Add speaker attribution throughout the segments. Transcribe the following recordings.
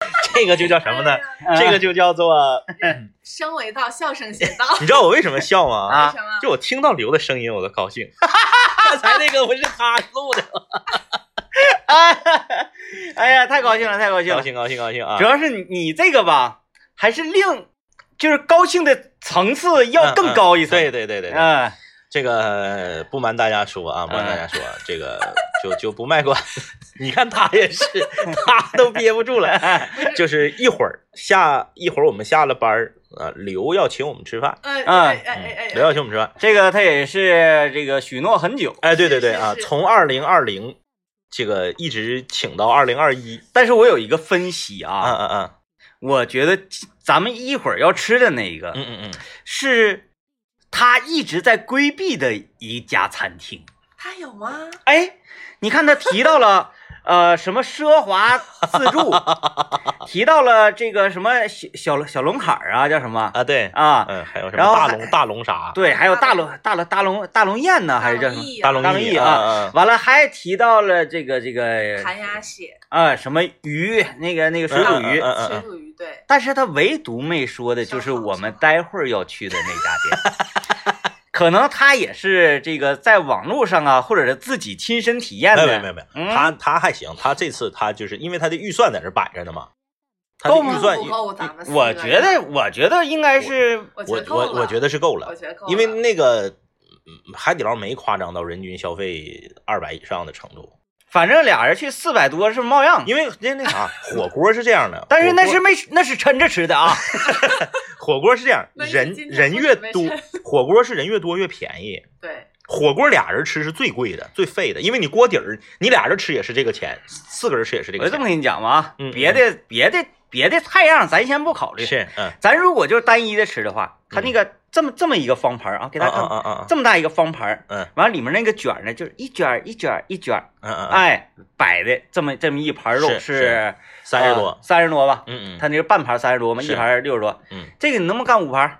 Speaker 1: 那个就叫什么呢？
Speaker 2: 哎
Speaker 1: 这 个就叫做，
Speaker 3: 哎声为道，笑声先道。
Speaker 1: 你知道我为什么笑吗？
Speaker 3: 为
Speaker 2: 啊
Speaker 3: 什么？
Speaker 1: 就我听到刘的声音，我都高 兴。刚才那个不是他录的，
Speaker 2: 哎呀，太高兴了，太高兴
Speaker 1: 高
Speaker 2: 了。
Speaker 1: 兴高兴高兴啊
Speaker 2: 主！要是你你这个吧，还是另就是高兴的层次要更高一
Speaker 1: 嗯
Speaker 2: 层。
Speaker 1: 对对对对，对
Speaker 2: 嗯，
Speaker 1: 这个不瞒大家说啊，不瞒大家说，这个就就不 卖关子。你看他也是，
Speaker 2: 嗯
Speaker 1: 他都憋不住 了。就是一会儿下一会儿我们下了班儿啊，刘要请我们吃饭，
Speaker 3: 嗯
Speaker 2: 嗯
Speaker 3: 哎哎哎哎
Speaker 1: 刘要请我们吃饭。
Speaker 2: 这个他也是这个许诺很久，
Speaker 1: 哎，对对对
Speaker 3: 是是
Speaker 1: 啊，
Speaker 3: 是
Speaker 1: 从二零二零这个一直请到二零二一，
Speaker 2: 但是我有一个分析啊，
Speaker 1: 啊啊啊，
Speaker 2: 我觉得咱们一会儿要吃的那个、
Speaker 1: 嗯嗯嗯，
Speaker 2: 是他一直在规避的一家餐厅。
Speaker 3: 他有吗？
Speaker 2: 哎，你看他提到了呃什么奢华自助，提到了这个什么小小小龙坎儿啊，叫什么
Speaker 1: 啊对，
Speaker 2: 啊？
Speaker 1: 嗯，还有什么
Speaker 2: 然后
Speaker 1: 大
Speaker 2: 还
Speaker 1: 龙大龙啥，
Speaker 2: 对，还有大龙大龙大龙大龙宴呢，还是叫什么？
Speaker 3: 易
Speaker 1: 大龙
Speaker 2: 大龙
Speaker 1: 翼
Speaker 2: 翼啊
Speaker 1: 啊，
Speaker 2: 完了还提到了这个这个
Speaker 1: 呃
Speaker 3: 寒鸦蟹、
Speaker 2: 啊什么鱼，那个那个水煮
Speaker 1: 嗯嗯
Speaker 2: 鱼。
Speaker 1: 嗯嗯
Speaker 3: 水
Speaker 1: 嗯，
Speaker 3: 煮鱼，对，
Speaker 2: 但是他唯独没说的就是我们待会儿要去的那家店， 可能他也是这个在网络上啊，或者是自己亲身体验
Speaker 1: 哎没有没有没
Speaker 2: 的。
Speaker 1: 有没有，
Speaker 2: 嗯
Speaker 1: 他他还行，他这次他就是因为他的预算在那摆着呢嘛，他的
Speaker 2: 够吗
Speaker 1: 预算
Speaker 3: 够不够咱啊们四个
Speaker 2: 我觉得，我觉得应该是
Speaker 3: 我
Speaker 1: 我
Speaker 3: 觉得
Speaker 1: 我我觉
Speaker 3: 得
Speaker 1: 得是够
Speaker 3: 我
Speaker 1: 了，
Speaker 3: 觉得够了
Speaker 1: 因为那个嗯海底捞没夸张到人均消费二百以上的程度，
Speaker 2: 反正俩人去四百多是冒样，
Speaker 1: 因为那那 啥火锅是这样的，
Speaker 2: 但是
Speaker 1: 火
Speaker 2: 那
Speaker 1: 锅
Speaker 2: 是没那是抻着吃的啊。
Speaker 1: 火锅是这样，
Speaker 3: 那是
Speaker 1: 人
Speaker 3: 今天
Speaker 1: 人
Speaker 3: 不
Speaker 1: 越
Speaker 3: 准备
Speaker 1: 多
Speaker 3: 吃，
Speaker 1: 火锅是人越多越便宜。
Speaker 3: 对，
Speaker 1: 火锅俩人吃是最贵的、最费的，因为你锅底儿，你俩人吃也是这个钱，四个人吃也是这
Speaker 2: 我
Speaker 1: 个
Speaker 2: 就这
Speaker 1: 钱。
Speaker 2: 么跟你讲吧啊
Speaker 1: 嗯，
Speaker 2: 别的别的别的菜样咱先不考虑，
Speaker 1: 是，嗯，
Speaker 2: 咱如果就是单一的吃的话，它那个这么这么一个方盘啊，
Speaker 1: 给
Speaker 2: 给大
Speaker 1: 啊
Speaker 2: 家看
Speaker 1: 啊啊啊，
Speaker 2: 这么大一个方盘儿，
Speaker 1: 嗯
Speaker 2: 完了里面那个卷儿呢，就是一卷儿一卷儿一卷儿，
Speaker 1: 嗯嗯嗯，
Speaker 2: 哎，摆的这么这么一盘肉呃
Speaker 1: 是是三十多，
Speaker 2: 三十多吧，
Speaker 1: 嗯嗯，
Speaker 2: 他那是半盘三十多嘛，
Speaker 1: 是
Speaker 2: 一盘六十多，
Speaker 1: 嗯，
Speaker 2: 这个你能不能干五盘？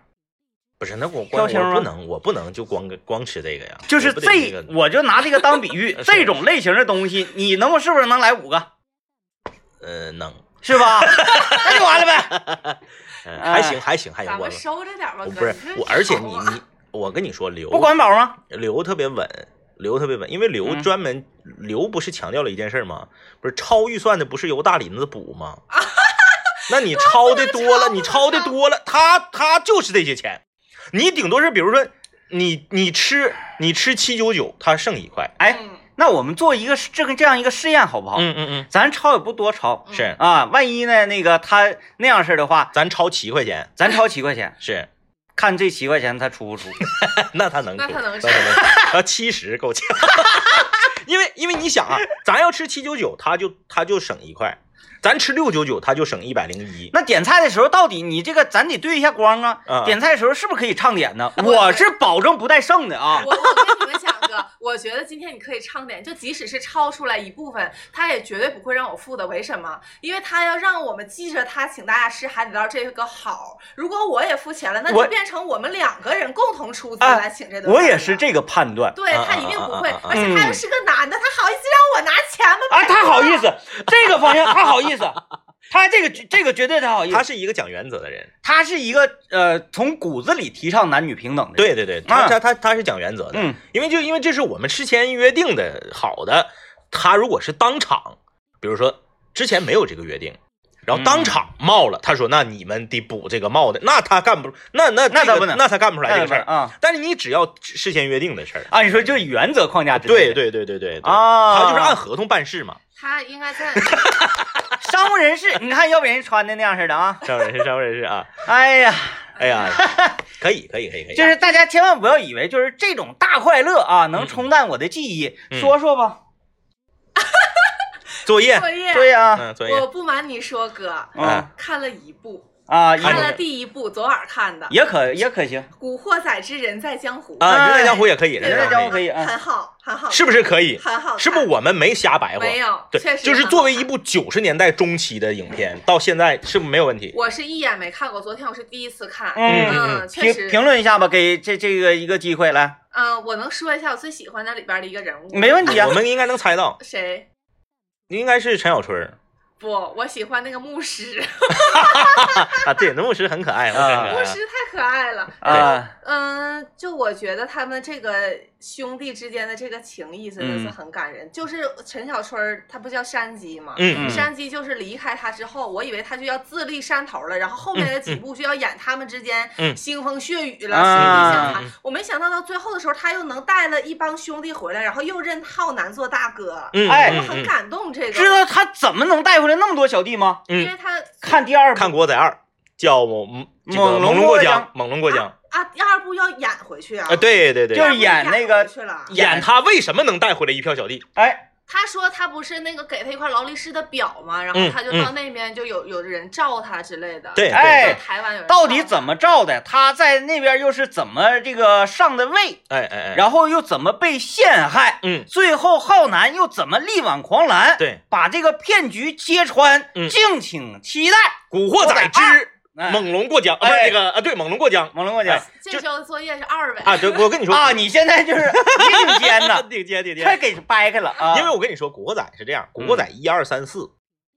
Speaker 1: 不是，那我
Speaker 2: 挑
Speaker 1: 光
Speaker 2: 青
Speaker 1: 我
Speaker 2: 吗
Speaker 1: 不能，我不能就光光吃这个呀，
Speaker 2: 就是
Speaker 1: 我不得那
Speaker 2: 这
Speaker 1: 个，
Speaker 2: 我就拿这个当比喻
Speaker 1: 是，啊
Speaker 2: 这种类型的东西，你能不是不是能来五个，
Speaker 1: 呃，能，
Speaker 2: 是吧？那就完了呗。
Speaker 1: 嗯，
Speaker 2: 哎
Speaker 1: 还行还行还行，
Speaker 3: 咱
Speaker 1: 我
Speaker 3: 们收着点吧，
Speaker 1: 我
Speaker 3: 哥。
Speaker 1: 不是
Speaker 3: 你这
Speaker 1: 我，而且
Speaker 3: 手
Speaker 1: 你
Speaker 3: 啊
Speaker 1: 你，我跟你说，刘
Speaker 2: 不管饱吗？
Speaker 1: 刘特别稳，刘特别稳，因为刘
Speaker 2: 嗯
Speaker 1: 专门、刘不是强调了一件事儿吗？不是超预算的不是由大林子补 吗？那你超的多了，你超的多了，他他就是这些钱，你顶多是比如说你你吃你吃七九九，他剩一块，
Speaker 2: 哎，
Speaker 3: 嗯，
Speaker 2: 那我们做一个这个这样一个试验好不好？
Speaker 1: 嗯嗯嗯，
Speaker 2: 咱抄也不多抄
Speaker 3: 嗯
Speaker 1: 是，
Speaker 2: 啊，万一呢那个他那样式儿的话，
Speaker 1: 咱超七块钱
Speaker 2: 咱抄七块钱，
Speaker 1: 是，
Speaker 2: 看这七块钱他出 不出？
Speaker 1: 那他能
Speaker 3: 那
Speaker 1: 吃
Speaker 3: 他能
Speaker 1: 那他 能吃，他七十够呛， 因为因为你想啊，咱要吃七九九，他就他就省一块，咱吃六九九，他就省一百零一。
Speaker 2: 那点菜的时候，到底你这个咱得对一下光啊。
Speaker 1: 啊
Speaker 2: 点菜的时候是不是可以唱点呢？
Speaker 3: 我
Speaker 2: 我是保证不带剩的啊
Speaker 3: 我。我跟你们讲哥，我觉得今天你可以唱点，就即使是超出来一部分，他也绝对不会让我付的。为什么？因为他要让我们记着他请大家吃海底捞这个好。如果我也付钱了，那
Speaker 2: 我
Speaker 3: 就变成我们两个人共同出资
Speaker 2: 哎
Speaker 3: 来请这顿饭、
Speaker 2: 我也是。这个判断
Speaker 3: 对
Speaker 1: 啊
Speaker 3: 他
Speaker 1: 啊
Speaker 3: 一定
Speaker 1: 啊
Speaker 3: 不
Speaker 1: 啊
Speaker 3: 会
Speaker 1: 啊，啊
Speaker 3: 而且他又是个男的，他好意思让我拿钱吗？
Speaker 2: 啊，他好意 思，这个方向他好意思，他这个这个绝对他好意
Speaker 1: 他
Speaker 2: 思，
Speaker 1: 是一个讲原则的人，
Speaker 2: 他是一个呃从骨子里提倡男女平等的，，
Speaker 1: 对对对，他他他他是讲原则的，
Speaker 2: 嗯，
Speaker 1: 因为就因为这是我们之前约定的好的，他如果是当场，比如说之前没有这个约定，然后当场冒了，他说那你们得补这个冒的，那他干不那那
Speaker 2: 那他
Speaker 1: 这个
Speaker 2: 不能
Speaker 1: 那他干不出嗯来这个事儿，
Speaker 2: 啊
Speaker 1: 但是你只要事先约定的事儿，
Speaker 2: 啊，你说就是原则框架之内
Speaker 1: 对
Speaker 2: 的，
Speaker 1: 对对对对对，
Speaker 2: 啊，
Speaker 1: 他就是按合同办事嘛，
Speaker 3: 他应该在
Speaker 2: 商务人士， 你看要不人穿的那样似的啊，
Speaker 1: 商务人士商务人士啊，
Speaker 2: 哎呀，
Speaker 1: 哎 呀，可以可以可以啊可以，
Speaker 2: 就是大家千万不要以为就是这种大快乐啊能冲淡我的记忆，
Speaker 1: 嗯
Speaker 2: 说说吧，
Speaker 1: 作业，
Speaker 3: 作 业。
Speaker 2: 对呀，
Speaker 1: 嗯作业
Speaker 3: 我不瞒你说，哥，
Speaker 2: 嗯
Speaker 3: 看了一部，
Speaker 2: 啊，
Speaker 1: 看
Speaker 2: 也
Speaker 3: 看
Speaker 1: 着
Speaker 3: 了第一部，昨晚看的《
Speaker 2: 也可也可行，
Speaker 3: 古惑仔之人在江湖》
Speaker 1: 啊，人在江湖也可以，
Speaker 2: 人在江湖可
Speaker 1: 以，
Speaker 2: 以啊，
Speaker 3: 很好，很好，
Speaker 1: 是不是可以？
Speaker 3: 很好看，
Speaker 1: 是不是我们没瞎白活？
Speaker 3: 哦没有，
Speaker 1: 对
Speaker 3: 确，实
Speaker 1: 就是
Speaker 3: 很
Speaker 1: 作
Speaker 3: 好
Speaker 1: 为
Speaker 3: 看
Speaker 1: 一，部九十年代中期的影片，到现在是不是没有问题？
Speaker 3: 我是一眼没看过，昨天我是第一次看，
Speaker 2: 嗯。
Speaker 1: 嗯
Speaker 3: 嗯，确
Speaker 2: 评
Speaker 3: 实，
Speaker 2: 评论一下吧，给这这个一个机会来，
Speaker 3: 嗯，我能说一下我最喜欢那里边的一个人物，
Speaker 2: 没问题啊
Speaker 1: 我。们应该能猜到，
Speaker 3: 谁？
Speaker 1: 应该是陈小春儿，
Speaker 3: 不，我喜欢那个牧师，
Speaker 1: 啊，对，那牧师很可爱，牧师很可
Speaker 3: 牧
Speaker 1: 爱啊。
Speaker 3: 师太可爱了。
Speaker 2: 啊，
Speaker 3: 嗯，就我觉得他们这个兄弟之间的这个情谊真的是
Speaker 2: 嗯
Speaker 3: 很感人。就是陈小春儿，他不叫山鸡吗？
Speaker 1: 嗯嗯，
Speaker 3: 山鸡就是离开他之后，我以为他就要自立山头了，然后后面的几部就要演他们之间
Speaker 1: 嗯
Speaker 3: 腥风血雨了，
Speaker 2: 啊
Speaker 3: 兄弟相残。我没想到到最后的时候，他又能带了一帮兄弟回来，然后又认浩南做大哥，
Speaker 1: 嗯，
Speaker 2: 哎
Speaker 3: 我
Speaker 1: 嗯
Speaker 3: 很
Speaker 1: 嗯
Speaker 3: 感动。这个
Speaker 2: 知道他怎么能带回来那么多小弟吗？
Speaker 3: 因为他
Speaker 2: 看第二部，
Speaker 1: 看《古惑仔二》，叫猛这个
Speaker 2: 猛龙
Speaker 1: 猛龙
Speaker 2: 过
Speaker 1: 过江
Speaker 2: 江，
Speaker 1: 猛龙过江
Speaker 3: 啊，第二部要演回去啊
Speaker 1: 啊，，对对对，
Speaker 2: 就是
Speaker 3: 第二部
Speaker 2: 演那个
Speaker 3: 回去了。
Speaker 1: 演他为什么能带回来一票小弟，
Speaker 2: 哎，
Speaker 3: 他说他不是那个给他一块劳力士的表嘛，然后
Speaker 1: 嗯
Speaker 3: 他就到那边就有、有人罩他之类的。
Speaker 1: 对，对
Speaker 2: 哎
Speaker 3: 在
Speaker 1: 对
Speaker 3: 台湾有人
Speaker 2: 到底
Speaker 3: 罩
Speaker 2: 怎么照的？他在那边又是怎么这个上的位，
Speaker 1: 哎哎哎，
Speaker 2: 然后又怎么被陷害？
Speaker 1: 嗯，
Speaker 2: 最后浩南又怎么力挽狂澜？，
Speaker 1: 对，《
Speaker 2: 把这个骗局揭穿，
Speaker 1: 嗯
Speaker 2: 敬请期待。
Speaker 1: 古惑仔之
Speaker 2: 哎
Speaker 1: 猛龙过江》啊，不
Speaker 2: 哎
Speaker 1: 是那个啊，对，《猛龙过江》
Speaker 2: 猛龙过江
Speaker 1: 哎
Speaker 3: 这周的作业是二呗？
Speaker 1: 啊，对，我跟你说
Speaker 2: 啊，你现在就是硬尖 呐，
Speaker 1: 顶尖顶
Speaker 2: 快
Speaker 1: 尖，
Speaker 2: 给掰开了啊！
Speaker 1: 因为我跟你说，《古惑仔》是这样，《古惑仔》一二三四，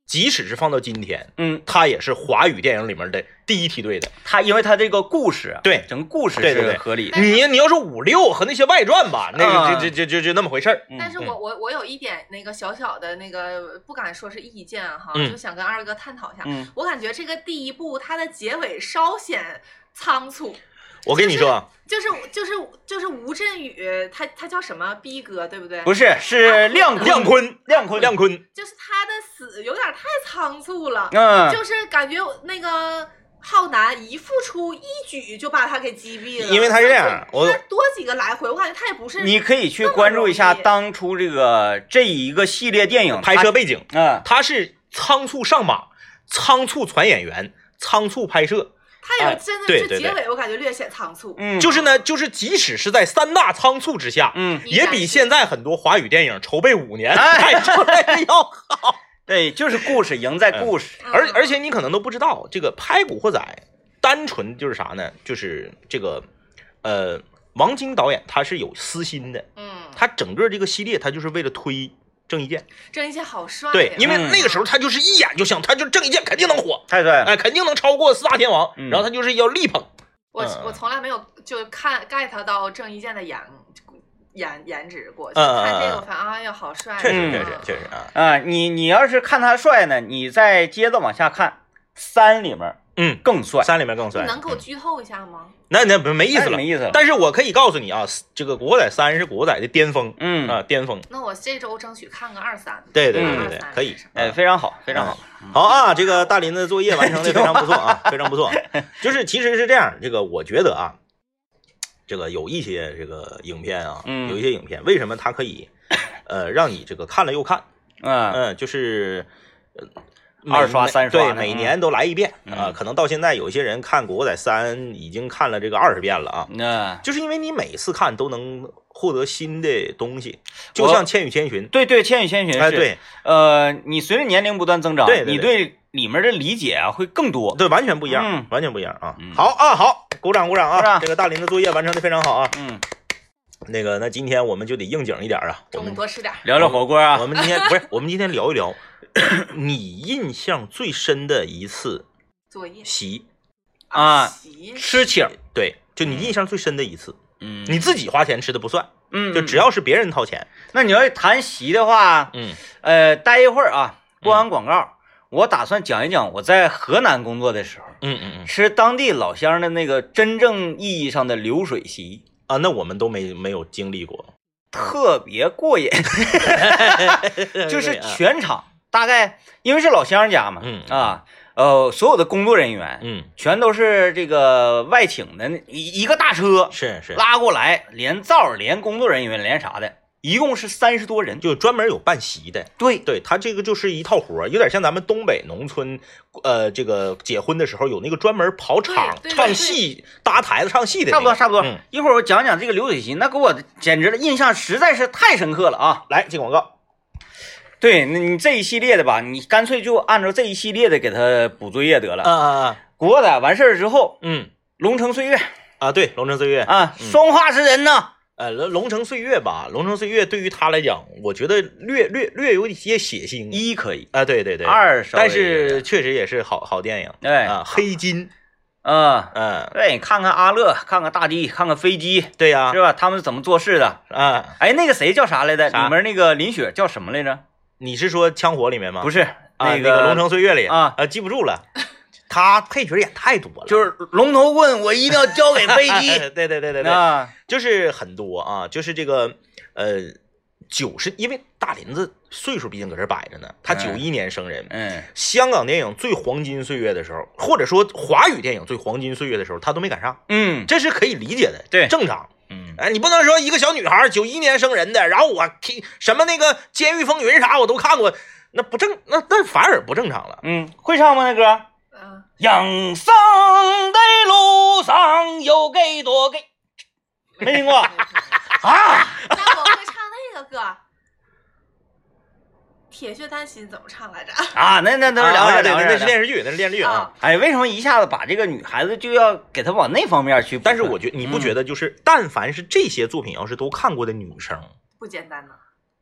Speaker 1: 即使是放到今天，
Speaker 2: 嗯，
Speaker 1: 它也是华语电影里面的第一梯队的。
Speaker 2: 他因为他这个故事，啊
Speaker 1: 对
Speaker 2: 整个故事
Speaker 1: 对对
Speaker 2: 是
Speaker 1: 对
Speaker 2: 合理的。
Speaker 1: 你你要说五六和那些外传吧，那
Speaker 2: 啊
Speaker 1: 个就就就就就那么回事儿。
Speaker 3: 但是我我我有一点那个小小的那个不敢说是意见哈，
Speaker 1: 嗯
Speaker 3: 就想跟二哥探讨一下。
Speaker 2: 嗯，
Speaker 3: 我感觉这个第一部它的结尾稍显仓促，
Speaker 1: 我跟你说啊，
Speaker 3: 就是就是就是吴镇宇他他叫什么逼哥对不对？
Speaker 2: 不
Speaker 3: 是，
Speaker 2: 是，是啊亮
Speaker 1: 亮
Speaker 2: 坤，
Speaker 1: 坤，
Speaker 2: 亮坤，
Speaker 1: 亮坤，
Speaker 3: 就是他的死有点太仓促了，
Speaker 1: 啊
Speaker 2: 嗯，
Speaker 3: 就是感觉那个浩南一付出一举就把他给击毙了，
Speaker 1: 因为他是这样
Speaker 3: 他，
Speaker 1: 我
Speaker 3: 他多几个来回，我感觉他也不是
Speaker 2: 你可以去关注一下当初这个这一个系列电影
Speaker 1: 拍摄，背景，
Speaker 2: 它嗯，
Speaker 1: 他是仓促上马，仓促传演员，仓促拍摄，
Speaker 3: 他
Speaker 1: 哎
Speaker 3: 有真的
Speaker 1: 对
Speaker 3: 是
Speaker 1: 对
Speaker 3: 结
Speaker 1: 对
Speaker 3: 尾，我感觉略显仓促。
Speaker 2: 嗯，
Speaker 1: 就是呢，就是即使是在三大仓促之下，
Speaker 2: 嗯，
Speaker 3: 你
Speaker 1: 也
Speaker 3: 感觉
Speaker 1: 比现在很多华语电影筹备五年
Speaker 2: 哎
Speaker 1: 才出来的要好。
Speaker 2: 对，就是故事赢在故事，
Speaker 3: 嗯
Speaker 1: 而而且你可能都不知道，这个拍《古惑仔》，单纯就是啥呢？就是这个，呃，王晶导演他是有私心的，
Speaker 3: 嗯，
Speaker 1: 他整个这个系列他就是为了推郑伊健，
Speaker 3: 郑伊健好帅呀，
Speaker 1: 啊对，因为
Speaker 2: 嗯
Speaker 1: 那个时候他就是一眼就想，他就郑伊健肯定能火，
Speaker 2: 太帅了，
Speaker 1: 哎，肯定能超过四大天王，
Speaker 2: 嗯
Speaker 1: 然后他就是要力捧，
Speaker 3: 我
Speaker 1: 嗯
Speaker 3: 我从来没有就看 get 到郑伊健的颜颜颜值过，
Speaker 1: 嗯
Speaker 3: 就
Speaker 1: 嗯嗯
Speaker 3: 看这个我发现哎呀好帅，
Speaker 1: 确实，
Speaker 2: 嗯
Speaker 1: 确
Speaker 3: 嗯
Speaker 1: 实，确实啊，
Speaker 2: 啊，你你要是看他帅呢，你再接着往下看三里面
Speaker 1: 嗯，
Speaker 2: 更帅，
Speaker 1: 三里面更
Speaker 3: 你
Speaker 1: 帅，
Speaker 3: 能给我
Speaker 1: 嗯
Speaker 3: 剧透一下吗？
Speaker 1: 那那不没意思
Speaker 2: 哎
Speaker 1: 了
Speaker 2: 没。意思了，
Speaker 1: 但是我可以告诉你啊，这个《古惑仔三》是《古惑仔》的巅峰
Speaker 2: 嗯
Speaker 1: 啊，巅峰。
Speaker 3: 那我这周争取看个二三，
Speaker 1: 对对
Speaker 2: 嗯
Speaker 1: 对对对，可以。
Speaker 2: 哎，非常好，非常好，
Speaker 1: 好啊，这个大林的作业完 成的非常不错啊，非常不错。就是其实是这样，这个我觉得啊，这个有一些这个影片啊，
Speaker 2: 嗯
Speaker 1: 有一些影片为什么它可以，呃，让你这个看了又看，
Speaker 2: 嗯，
Speaker 1: 嗯，就是。呃
Speaker 2: 二
Speaker 1: 每
Speaker 2: 刷三刷
Speaker 1: 对，
Speaker 2: 嗯
Speaker 1: 每年都来一遍
Speaker 2: 嗯
Speaker 1: 啊、可能到现在有些人看《古惑仔三》已经看了这个二十遍了
Speaker 2: 嗯
Speaker 1: 啊，
Speaker 2: 那
Speaker 1: 就是因为你每次看都能获得新的东西，
Speaker 2: 我
Speaker 1: 就像《千与千寻
Speaker 2: 对对，《千与千寻》》
Speaker 1: 哎，
Speaker 2: 是，
Speaker 1: 对
Speaker 2: 呃，你随着年龄不断增长，
Speaker 1: 对对
Speaker 2: 你对里面的理解啊会更多，
Speaker 1: 哦对，完全不一样，
Speaker 2: 嗯
Speaker 1: 完全不一样啊！
Speaker 2: 嗯
Speaker 1: 好啊，好，鼓掌鼓掌啊！
Speaker 2: 鼓掌
Speaker 1: 这个大林的作业完成的非常好啊！
Speaker 2: 嗯，
Speaker 1: 那个，那今天我们就得应景一点啊，我
Speaker 3: 中午
Speaker 1: 们
Speaker 3: 多吃点儿。
Speaker 2: 聊聊火锅啊
Speaker 1: 我，们今天不是我们今天聊一聊你印象最深的一次
Speaker 3: 作业
Speaker 1: 席，
Speaker 2: 啊
Speaker 3: 习
Speaker 2: 吃请，
Speaker 1: 对，就你印象最深的一次，
Speaker 2: 嗯，
Speaker 1: 你自己花钱吃的不算，
Speaker 2: 嗯，
Speaker 1: 就只要是别人掏钱，
Speaker 2: 那你要是谈席的话，
Speaker 1: 嗯
Speaker 2: 呃，待一会儿啊，播完广告，我打算讲一讲我在河南工作的时候
Speaker 1: 嗯嗯嗯
Speaker 2: 吃当地老乡的那个真正意义上的流水席，
Speaker 1: 啊，那我们都没没有经历过，
Speaker 2: 特别 过瘾，就是
Speaker 1: 啊
Speaker 2: 全场大概因为是老乡家嘛，
Speaker 1: 嗯
Speaker 2: 啊，呃，所有的工作人员、
Speaker 1: 嗯
Speaker 2: 全都是这个外请的那一一个大车
Speaker 1: 是是，
Speaker 2: 拉过来，连灶儿连工作人员连啥的，一共是三十多人，
Speaker 1: 就专门有办席的，
Speaker 2: 对，
Speaker 1: 对他这个就是一套活儿，有点像咱们东北农村，呃，这个结婚的时候有那个专门跑场
Speaker 3: 对对
Speaker 1: 唱
Speaker 3: 对
Speaker 1: 戏、搭台子唱戏的、
Speaker 2: 差不多，差不多。
Speaker 1: 嗯
Speaker 2: 一会儿我讲讲这个流水席，那给我简直了，印象实在是太深刻了啊！
Speaker 1: 来进广告，
Speaker 2: 对，那你这一系列的吧，你干脆就按照这一系列的给他补作业得了。
Speaker 1: 啊
Speaker 2: 古惑仔完事儿之后，
Speaker 1: 嗯
Speaker 2: 龙城岁月
Speaker 1: 啊，对，龙城岁月，
Speaker 2: 啊，
Speaker 1: 嗯
Speaker 2: 双话之人呢，
Speaker 1: 呃，龙龙城岁月吧，龙城岁月对于他来讲，我觉得略略略有一些血腥。
Speaker 2: 一可以，
Speaker 1: 啊，对对对，
Speaker 2: 二稍
Speaker 1: 但
Speaker 2: 微有
Speaker 1: 是
Speaker 2: 点
Speaker 1: 确实也是好好电影
Speaker 2: 哎
Speaker 1: 啊，黑金，
Speaker 2: 嗯，
Speaker 1: 嗯，
Speaker 2: 对，看看阿乐，看看大地，看看飞机，
Speaker 1: 对呀
Speaker 2: 是，吧？他们是怎么做事的？
Speaker 1: 啊，
Speaker 2: 哎，那个谁叫啥来着？
Speaker 1: 啥
Speaker 2: 里面那个林雪叫什么来着？
Speaker 1: 你是说《枪火》里面吗？
Speaker 2: 不
Speaker 1: 是，
Speaker 2: 是，
Speaker 1: 啊那
Speaker 2: 个
Speaker 1: 龙城岁月》里
Speaker 2: 啊
Speaker 1: 啊，记不住了，他配角也太多了，
Speaker 2: 就是龙头棍，我一定要交给飞机。
Speaker 1: 对 对对对对，
Speaker 2: 啊，
Speaker 1: 就是很多啊，就是这个呃，九十，因为大林子岁数毕竟搁这儿摆着呢，他九
Speaker 2: 嗯
Speaker 1: 一年生人，
Speaker 2: 嗯，
Speaker 1: 香港电影最黄金岁月的时候，或者说华语电影最黄金岁月的时候，他都没赶上，
Speaker 2: 嗯，
Speaker 1: 这是可以理解的，
Speaker 2: 对
Speaker 1: 正常。
Speaker 2: 嗯，
Speaker 1: 哎，你不能说一个小女孩九一年生人的，然后我听什么那个《监狱风云》啥我都看过，那不正那那反而不正常了。
Speaker 2: 嗯，会唱吗？那歌、
Speaker 3: 嗯，
Speaker 2: 养生的路上有给多给，没听过 啊？
Speaker 3: 那我会唱那个歌。铁血丹心怎么唱来着？
Speaker 2: 啊，那那那是两回
Speaker 1: 啊对
Speaker 2: 事，两回
Speaker 1: 对那
Speaker 2: 事。
Speaker 1: 是电视剧，那是电视剧啊。
Speaker 2: 哎，为什么一下子把这个女孩子就要给她往那方面去？嗯
Speaker 1: 但是我觉你不觉
Speaker 2: 得？
Speaker 1: 得就是，但凡是这些作品，要是都看过的女生，
Speaker 3: 不简单呐！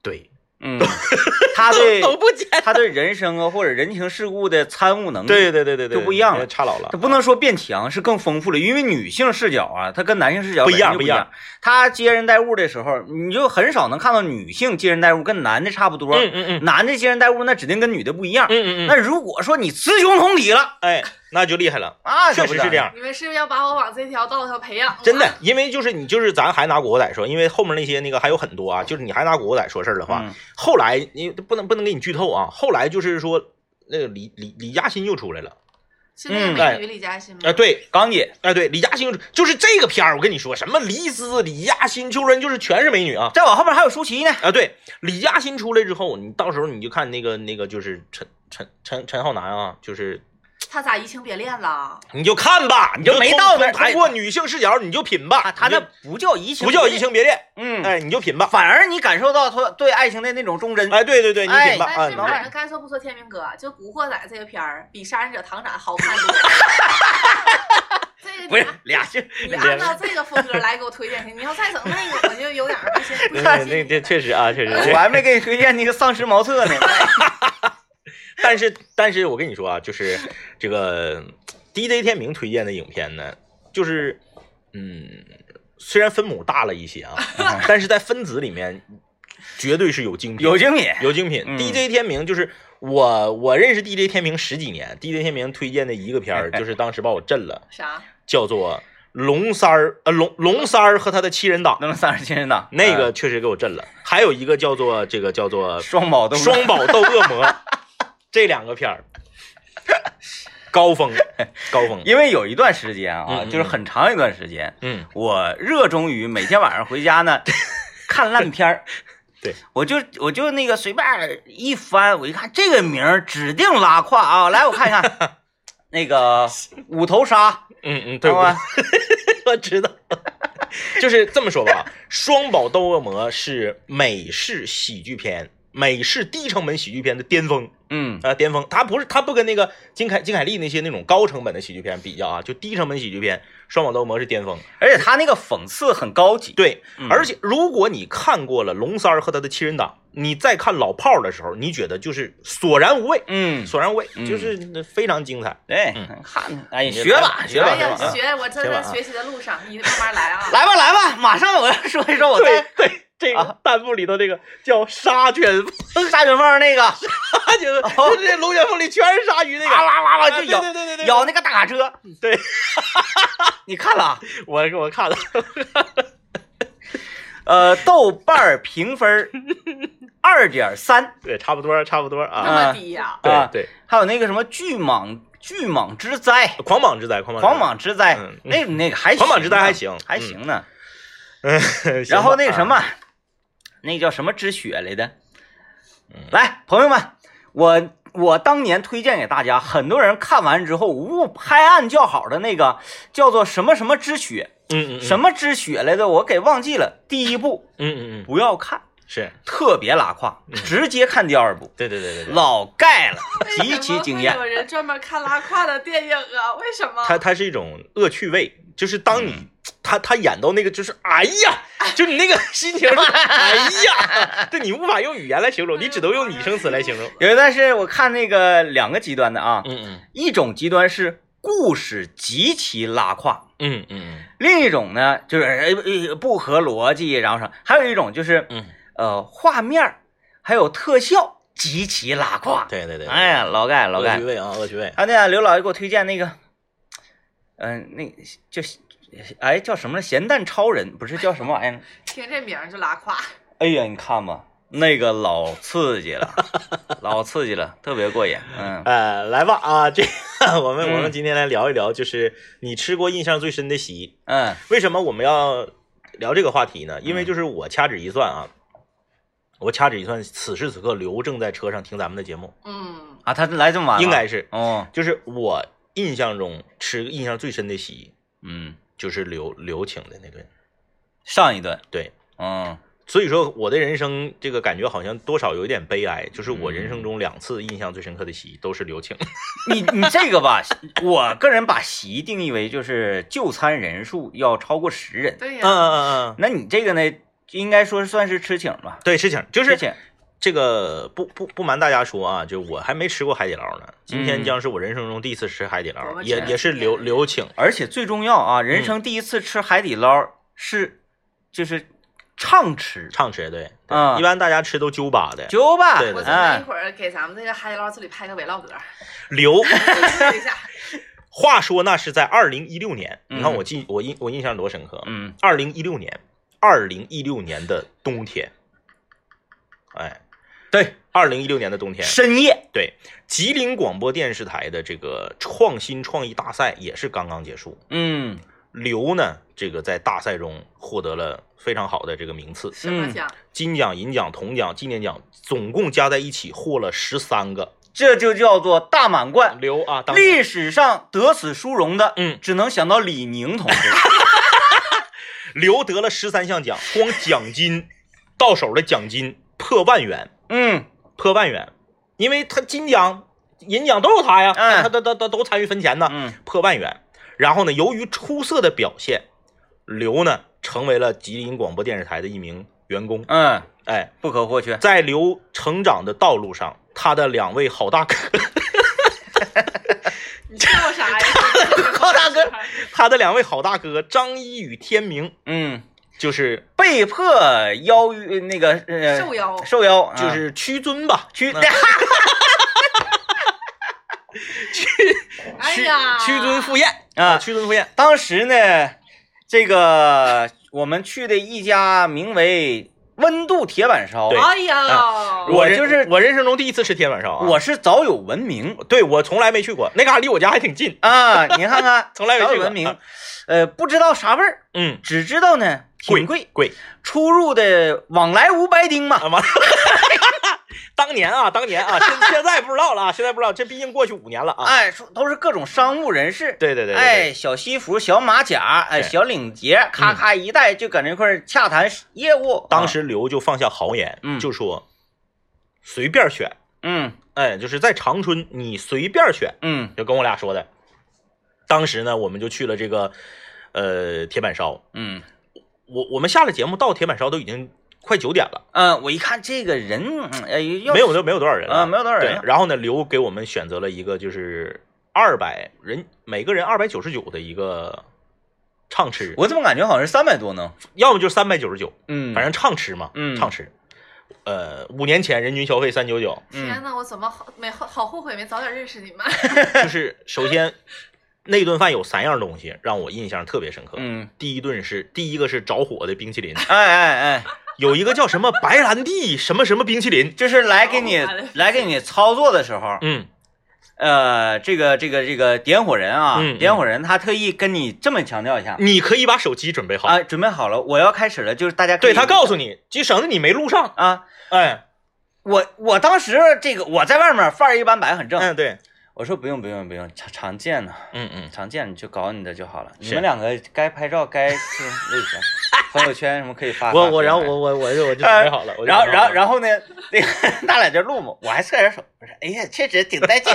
Speaker 1: 对，
Speaker 2: 嗯， 她对
Speaker 1: 都不简单。
Speaker 2: 她对人生啊或者人情世故的参悟能力，
Speaker 1: 对对对对对，哎
Speaker 2: 就不一样了
Speaker 1: 差老了啊
Speaker 2: 这。不能说变强，是更丰富了。因为女性视角啊，它跟男性视角
Speaker 1: 不一样不
Speaker 2: 本身就不
Speaker 1: 一
Speaker 2: 一
Speaker 1: 样。
Speaker 2: 她接人待物的时候，你就很少能看到女性接人待物跟男的差不多。
Speaker 1: 嗯 嗯嗯
Speaker 2: 男的接人待物，那指定跟女的不一样。
Speaker 1: 嗯嗯
Speaker 2: 那
Speaker 1: 嗯，
Speaker 2: 如果说你雌雄同体了
Speaker 1: 哎，那就厉害了，
Speaker 2: 啊，
Speaker 1: 确
Speaker 2: 可不
Speaker 1: 实
Speaker 2: 咋
Speaker 1: 是这样。
Speaker 3: 你们是不是要把我往这条道上培养？
Speaker 1: 真的，因为就是你就是咱还拿国仔说，因为后面那些那个还有很多啊，就是你还拿国仔说事儿的话，
Speaker 2: 嗯
Speaker 1: 后来你不能不能给你剧透啊，后来就是说那个李李李嘉欣又出来了，
Speaker 3: 是那个
Speaker 1: 嗯哎
Speaker 3: 美女李嘉欣吗
Speaker 1: 哎、？对，
Speaker 2: 刚姐，
Speaker 1: 哎、对，李嘉欣又出就是这个片儿，我跟你说，什么黎姿、李嘉欣、邱淑贞，就是全是美女啊。
Speaker 2: 再往后面还有舒淇呢。
Speaker 1: 啊，对，李嘉欣出来之后，你到时候你就看那个那个就是陈陈陈陈浩南啊，就是
Speaker 3: 她咋移情别恋了？
Speaker 1: 你就看吧，你
Speaker 2: 就没
Speaker 1: 通
Speaker 2: 到那儿
Speaker 1: 通通
Speaker 2: 哎
Speaker 1: 过女性视角你就品吧，
Speaker 2: 啊，她
Speaker 1: 你就
Speaker 2: 那不叫移
Speaker 1: 嗯
Speaker 2: 情，
Speaker 1: 不叫移，情别恋，
Speaker 2: 嗯，
Speaker 1: 哎，你就品吧，
Speaker 2: 反而你感受到她对爱情的那种忠贞。
Speaker 1: 哎，对对对，你
Speaker 2: 哎
Speaker 1: 品吧啊，
Speaker 3: 但
Speaker 1: 你
Speaker 3: 是
Speaker 1: 品吧
Speaker 3: 反正该说不说，天明哥，啊就《古惑仔》这个片儿比《杀人者唐展》好看多。这
Speaker 2: 不
Speaker 3: 个
Speaker 2: 是
Speaker 3: 你按
Speaker 2: 俩是
Speaker 3: 你按照这个风格来给我推荐去，你要再整那个，我就有点儿不行。不
Speaker 1: 对，
Speaker 3: 相
Speaker 1: 对
Speaker 3: 信
Speaker 1: 那
Speaker 3: 你
Speaker 1: 这确实啊，确实。
Speaker 2: 我还没给你推荐那个丧尸茅 厕呢。
Speaker 1: 但是，但是我跟你说啊，就是这个 DJ 天明推荐的影片呢，就是嗯，虽然分母大了一 些啊，但是在分子里面绝对是有精品，
Speaker 2: 有精品，
Speaker 1: 有精品。
Speaker 2: 嗯
Speaker 1: DJ 天明就是我，我认识 DJ 天明十几年，DJ 天明推荐的一个片儿，就是当时把我震了，
Speaker 3: 啥？
Speaker 1: 叫做《龙三儿》呃，龙龙三儿和他的七人党，
Speaker 2: 那么丧尸精神党
Speaker 1: 那个确实给我震了。还有一个叫做这个叫做
Speaker 2: 呃双宝都
Speaker 1: 双宝斗恶 魔这两个片儿，高峰，高 峰，
Speaker 2: 因为有一段时间啊，
Speaker 1: 嗯嗯
Speaker 2: 就是很长一段时间，
Speaker 1: 嗯，
Speaker 2: 我热衷于每天晚上回家呢 看烂片儿。
Speaker 1: 对，
Speaker 2: 我就我就那个随便一翻，我一看这个名儿指定拉胯啊！来，我看 一看，那个五头鲨，
Speaker 1: 嗯嗯， 对，
Speaker 2: 对
Speaker 1: 我
Speaker 2: 吧？
Speaker 1: 我知道，就是这么说吧，双宝斗恶魔是美式喜剧片。美式低成本喜剧片的巅峰
Speaker 2: 嗯
Speaker 1: 啊、巅峰！它不是，它不跟那个金凯金凯利那些那种高成本的喜剧片比较啊，就低成本喜剧片，《双宝斗恶魔》是巅峰。
Speaker 2: 而且他那个讽刺很高级，
Speaker 1: 对，
Speaker 2: 嗯
Speaker 1: 而且如果你看过了《龙三儿》和他的七人党，你再看老炮儿的时候，你觉得就是索然无味，
Speaker 2: 嗯，
Speaker 1: 索然无味，
Speaker 2: 嗯
Speaker 1: 就是非常精彩。
Speaker 2: 对
Speaker 1: 嗯，
Speaker 2: 看，哎，
Speaker 1: 你
Speaker 2: 学吧，
Speaker 1: 来
Speaker 2: 学
Speaker 1: 来
Speaker 2: 吧，
Speaker 3: 哎
Speaker 2: 学
Speaker 3: 呀
Speaker 1: 吧，
Speaker 3: 学我真
Speaker 1: 行吧
Speaker 3: 的
Speaker 1: 啊
Speaker 3: 学习的路上，你慢慢来啊。
Speaker 2: 来吧，来吧，马上我要说一说我在
Speaker 1: 对， 这个
Speaker 2: 哦啊
Speaker 1: 弹幕里头这个叫沙卷 风，
Speaker 2: 沙卷风那个，
Speaker 1: 沙卷风，
Speaker 2: 哦
Speaker 1: 这龙卷风里全是鲨鱼那
Speaker 2: 啊
Speaker 1: 个。
Speaker 2: 啦啦啦
Speaker 1: 啊
Speaker 2: 就
Speaker 1: 对
Speaker 2: 咬
Speaker 1: 对对对对，
Speaker 2: 咬那个大卡车，
Speaker 1: 对，
Speaker 2: 你看了啊？
Speaker 1: 我我看了，
Speaker 2: 呃，豆瓣儿评 分二点三
Speaker 1: 对，差不多差不多
Speaker 3: 那
Speaker 1: 啊，
Speaker 3: 么低呀、
Speaker 1: 对
Speaker 2: 啊
Speaker 1: 对，
Speaker 2: 还有那个什么巨蟒巨蟒之灾，
Speaker 1: 狂蟒之灾，狂蟒之灾
Speaker 2: 狂，蟒之灾，
Speaker 1: 嗯
Speaker 2: 那那个还行
Speaker 1: 狂蟒之灾
Speaker 2: 呢
Speaker 1: 还行
Speaker 2: 还行呢。
Speaker 1: 嗯
Speaker 2: 然后那个什，
Speaker 1: 行吧
Speaker 2: 么，那叫什么之雪来的？
Speaker 1: 嗯
Speaker 2: 来，朋友们，我我当年推荐给大家，很多人看完之后无不拍案叫好的那个叫做什么什么之雪，
Speaker 1: 啊嗯嗯，
Speaker 2: 什
Speaker 1: 么，
Speaker 2: 么之雪来的，我给忘记了。第一部
Speaker 1: 嗯嗯嗯，
Speaker 2: 不要看，
Speaker 1: 是
Speaker 2: 特别拉胯，
Speaker 1: 嗯
Speaker 2: 直接看第二部。
Speaker 1: 对对对对对，
Speaker 2: 老盖了，
Speaker 3: 为
Speaker 2: 极
Speaker 3: 什
Speaker 2: 其
Speaker 3: 么
Speaker 2: 惊
Speaker 3: 会
Speaker 2: 艳
Speaker 3: 有。人专门看拉胯的电影啊？为什么？
Speaker 2: 嗯
Speaker 1: 它它是一种恶趣味，就是当你他他演到那个就是哎呀，就你那 个心情是哎呀，对你无法用语言来形容，你只能用拟声词来形容。
Speaker 2: 有一段是我看那个两个极端的啊，
Speaker 1: 嗯嗯
Speaker 2: 一种极端是故事极其拉胯，
Speaker 1: 嗯嗯
Speaker 2: 另一种呢就是哎哎不合逻辑，然后啥，还有一种就是
Speaker 1: 嗯，
Speaker 2: 呃画面儿还有特效极其拉胯。
Speaker 1: 对对对，
Speaker 2: 哎呀，老盖老
Speaker 1: 恶
Speaker 2: 盖
Speaker 1: 趣，味啊，恶趣味。
Speaker 2: 啊，那个刘老爷给我推荐那个，嗯、那就哎叫什么来咸蛋超人不是叫什么玩意儿？
Speaker 3: 听这名儿就拉胯。
Speaker 2: 哎呀，你看吧，那个老刺 激了，老刺激了，特别过瘾。嗯，
Speaker 1: 呃，来吧啊，这我们我
Speaker 2: 嗯
Speaker 1: 们今天来聊一聊，就是你吃过印象最深的席。
Speaker 2: 嗯
Speaker 1: 为什么我们要聊这个话题呢？因为就是我掐指一算啊，我掐指一算，此时此刻刘正在车上听咱们的节目，
Speaker 3: 嗯，
Speaker 2: 啊，他来这么晚了，
Speaker 1: 应该是，
Speaker 2: 哦，
Speaker 1: 就是我印象中吃印象最深的席
Speaker 2: 嗯，
Speaker 1: 就是刘刘请的那顿，
Speaker 2: 上一顿，
Speaker 1: 对。
Speaker 2: 嗯
Speaker 1: 所以说，我的人生这个感觉好像多少有一点悲哀，就是我人
Speaker 2: 嗯
Speaker 1: 生中两次印象最深刻的席都是刘庆。
Speaker 2: 你你这个吧，我个人把席定义为就是就餐人数要超过十人，
Speaker 3: 对呀、
Speaker 1: 嗯嗯嗯嗯，
Speaker 2: 那你这个呢，应该说算是吃请吧，
Speaker 1: 对，是请，就
Speaker 2: 吃
Speaker 1: 是
Speaker 2: 请，
Speaker 1: 这个不不不瞒大家说啊，就我还没吃过海底捞呢，今天
Speaker 2: 嗯
Speaker 1: 将是我人生中第一次吃海底捞，
Speaker 3: 我们
Speaker 1: 也
Speaker 3: 吃
Speaker 1: 也是刘刘请。
Speaker 2: 而且最重要啊，人
Speaker 1: 嗯
Speaker 2: 生第一次吃海底捞是就是畅吃，
Speaker 1: 畅吃对，对
Speaker 2: 啊
Speaker 1: 一般大家吃都嗯揪巴的。啊
Speaker 2: 酒吧，
Speaker 1: 对
Speaker 3: 我
Speaker 1: 对
Speaker 3: 准备一
Speaker 2: 哎，
Speaker 3: 会儿给咱们那个海底捞这里拍个 vlog，
Speaker 1: 刘，
Speaker 3: 回顾一下。
Speaker 1: 话说那是在二零一六年，你看
Speaker 2: 嗯
Speaker 1: 我记我印我印象多深刻，
Speaker 2: 嗯，
Speaker 1: 二零一六年，二零一六年的冬天，哎，
Speaker 2: 对，
Speaker 1: 二零一六年的冬天，
Speaker 2: 深夜，
Speaker 1: 对，吉林广播电视台的这个创新创意大赛也是刚刚结束，
Speaker 2: 嗯，
Speaker 1: 刘呢，这个在大赛中获得了非常好的这个名次，
Speaker 3: 什么奖？
Speaker 1: 金奖、银奖、铜奖、纪念奖，总共加在一起获了十三个。
Speaker 2: 这就叫做大满贯，
Speaker 1: 刘啊，当年
Speaker 2: 历史上得此殊荣的，
Speaker 1: 嗯
Speaker 2: 只能想到李宁 同志，
Speaker 1: 刘得了十三项奖，光奖金到手的奖金破万元，
Speaker 2: 嗯，
Speaker 1: 破万元，因为他金奖、银奖都有他呀，
Speaker 2: 嗯
Speaker 1: 他他他他都参与分钱呢，
Speaker 2: 嗯
Speaker 1: 破万元。然后呢，由于出色的表现，刘呢成为了吉林广播电视台的一名员工。
Speaker 2: 嗯，
Speaker 1: 哎，
Speaker 2: 不可或缺，
Speaker 1: 在刘成长的道路上，他的两位好大哥，
Speaker 3: 你叫 啥呀？高
Speaker 2: 大哥，
Speaker 1: 他的两位好大哥张一与天明，
Speaker 2: 嗯，
Speaker 1: 就是
Speaker 2: 被迫邀约那个呃
Speaker 3: 受邀
Speaker 2: 受邀，啊
Speaker 1: 就是屈尊吧，屈
Speaker 2: 嗯
Speaker 3: 哎呀，
Speaker 1: 屈尊赴宴
Speaker 2: 啊，
Speaker 1: 屈尊赴宴，
Speaker 2: 当时呢，这个我们去的一家名为“温度铁板烧”，啊
Speaker 1: 对
Speaker 3: 哎
Speaker 1: 啊
Speaker 3: 呀，
Speaker 2: 我
Speaker 1: 人
Speaker 2: 就是
Speaker 1: 我人生中第一次吃铁板烧啊，
Speaker 2: 我是早有闻名
Speaker 1: 对我从来没去过，那嘎、离我家还挺近，
Speaker 2: 啊。你看看，
Speaker 1: 从来没去
Speaker 2: 早
Speaker 1: 过
Speaker 2: 有闻名
Speaker 1: 啊，
Speaker 2: 呃，不知道啥味儿，
Speaker 1: 嗯，
Speaker 2: 只知道呢挺贵，
Speaker 1: 贵
Speaker 2: 出入的往来无白丁嘛。
Speaker 1: 啊 完了。当年啊，当年啊，现现在不知道了啊，现在不知道，这毕竟过去五年了啊。
Speaker 2: 哎，说都是各种商务人士，
Speaker 1: 对对对对对
Speaker 2: 哎，小西服、小马甲，哎，
Speaker 1: 对
Speaker 2: 小领结，咔咔一戴，就搁那块儿洽谈业务。
Speaker 1: 当
Speaker 2: 啊，
Speaker 1: 时刘就放下豪言，
Speaker 2: 嗯
Speaker 1: 就说随便选，
Speaker 2: 嗯
Speaker 1: 哎，就是在长春你随便选，
Speaker 2: 嗯
Speaker 1: 就跟我俩说的。当时呢，我们就去了这个呃铁板烧，
Speaker 2: 嗯。
Speaker 1: 我我们下了节目到铁板烧都已经快九点了，
Speaker 2: 嗯，我一看这个人，嗯哎，要
Speaker 1: 没有没有多少人了
Speaker 2: 啊没有多少人
Speaker 1: 对然后呢，刘给我们选择了一个就是二百人每个人二百九十九的一个畅吃，
Speaker 2: 我怎么感觉好像是三百多呢？
Speaker 1: 要么就三百九十九，
Speaker 2: 嗯，
Speaker 1: 反正畅吃嘛，
Speaker 2: 嗯
Speaker 1: 畅吃。呃，五年前人均消费三九 九，
Speaker 2: 嗯
Speaker 3: 天啊哪，我怎么好没好好后悔没早点认识你们？
Speaker 1: 就是首先那顿饭有三样东西让我印象特别深刻。
Speaker 2: 嗯，
Speaker 1: 第一顿是第一个是着火的冰淇淋，
Speaker 2: 哎哎哎，
Speaker 1: 有一个叫什么白兰地什么什么冰淇淋，
Speaker 2: 就是来给你
Speaker 3: 好吧
Speaker 2: 来给你操作的时候，
Speaker 1: 嗯，
Speaker 2: 呃，这个这个这个点火人啊，
Speaker 1: 嗯嗯
Speaker 2: 点火人他特意跟你这么强调一下
Speaker 1: 你可以把手机准备好。
Speaker 2: 啊，准备好了，我要开始了，就是大家可
Speaker 1: 对
Speaker 2: 以
Speaker 1: 他告诉你，就省得你没录上。
Speaker 2: 啊，
Speaker 1: 哎，
Speaker 2: 我我当时这个我在外面范儿一般白很正，
Speaker 1: 嗯，对，
Speaker 2: 我说不用不用不用，常常见呢，
Speaker 1: 嗯嗯，
Speaker 2: 常见你就搞你的就好了，你
Speaker 1: 是
Speaker 2: 们两个该拍照该就 那啥，朋友圈什么可以发。
Speaker 1: 我
Speaker 2: 发
Speaker 1: 我
Speaker 2: 出
Speaker 1: 然后
Speaker 2: 来
Speaker 1: 我我我就我就准
Speaker 2: 呃
Speaker 1: 备好了，我就
Speaker 2: 然后，
Speaker 1: 准备
Speaker 2: 然
Speaker 1: 好
Speaker 2: 后，
Speaker 1: 了
Speaker 2: 然后呢？那个 咱俩就录嘛，我还侧着手，我说：“哎呀，确实挺带劲，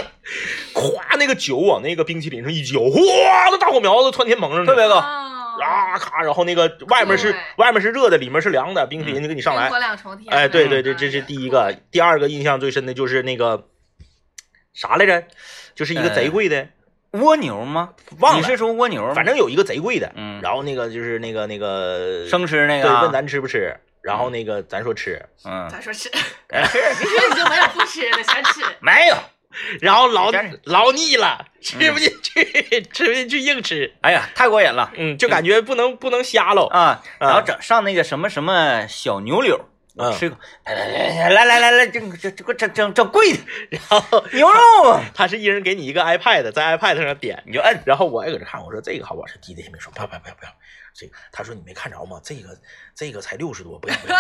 Speaker 1: 咵那个酒往那个冰淇淋上一浇，哗，那大火苗子窜天蒙上去
Speaker 2: 特别够。
Speaker 3: 啊
Speaker 1: 啊咔，然后那个外面是
Speaker 3: 对
Speaker 1: 外面是热的，里面是凉的，冰淇淋就给你上来
Speaker 3: 冰火。两重天。
Speaker 1: 哎，对对
Speaker 3: 嗯
Speaker 1: 对，这是第一个。第二个印象最深的就是那个啥来着，就是一个贼贵的，
Speaker 2: 蜗牛吗？
Speaker 1: 忘
Speaker 2: 你
Speaker 1: 了，
Speaker 2: 是说蜗牛吗？
Speaker 1: 反正有一个贼贵的。
Speaker 2: 嗯
Speaker 1: 然后那个就是那个那个
Speaker 2: 生吃那
Speaker 1: 对，
Speaker 2: 个啊，
Speaker 1: 问咱吃不吃，然后那个咱说吃，
Speaker 2: 嗯，
Speaker 3: 咱 说吃，
Speaker 1: 哎
Speaker 3: 你说你就没有不吃的，全吃。
Speaker 2: 没有。嗯
Speaker 1: 然后老
Speaker 2: 真是
Speaker 1: 老腻了，吃不进
Speaker 2: 嗯
Speaker 1: 去， 吃不进去硬吃，
Speaker 2: 哎呀，太过瘾了
Speaker 1: 嗯，就感觉不能不能瞎喽。
Speaker 2: 啊！然后
Speaker 1: 啊
Speaker 2: 整上那个什么什么小牛柳，我
Speaker 1: 嗯
Speaker 2: 吃过。来来来来来来，这个这这个这这这贵的
Speaker 1: 然后
Speaker 2: 牛肉啊，
Speaker 1: 他是一人给你一个 iPad，在 iPad 上点，
Speaker 2: 你就摁
Speaker 1: 然后我也搁这看，我说这个好，我是低的也没说，不要不要不要不要，这个他说你没看着吗？这个这个才六十多，不要不要，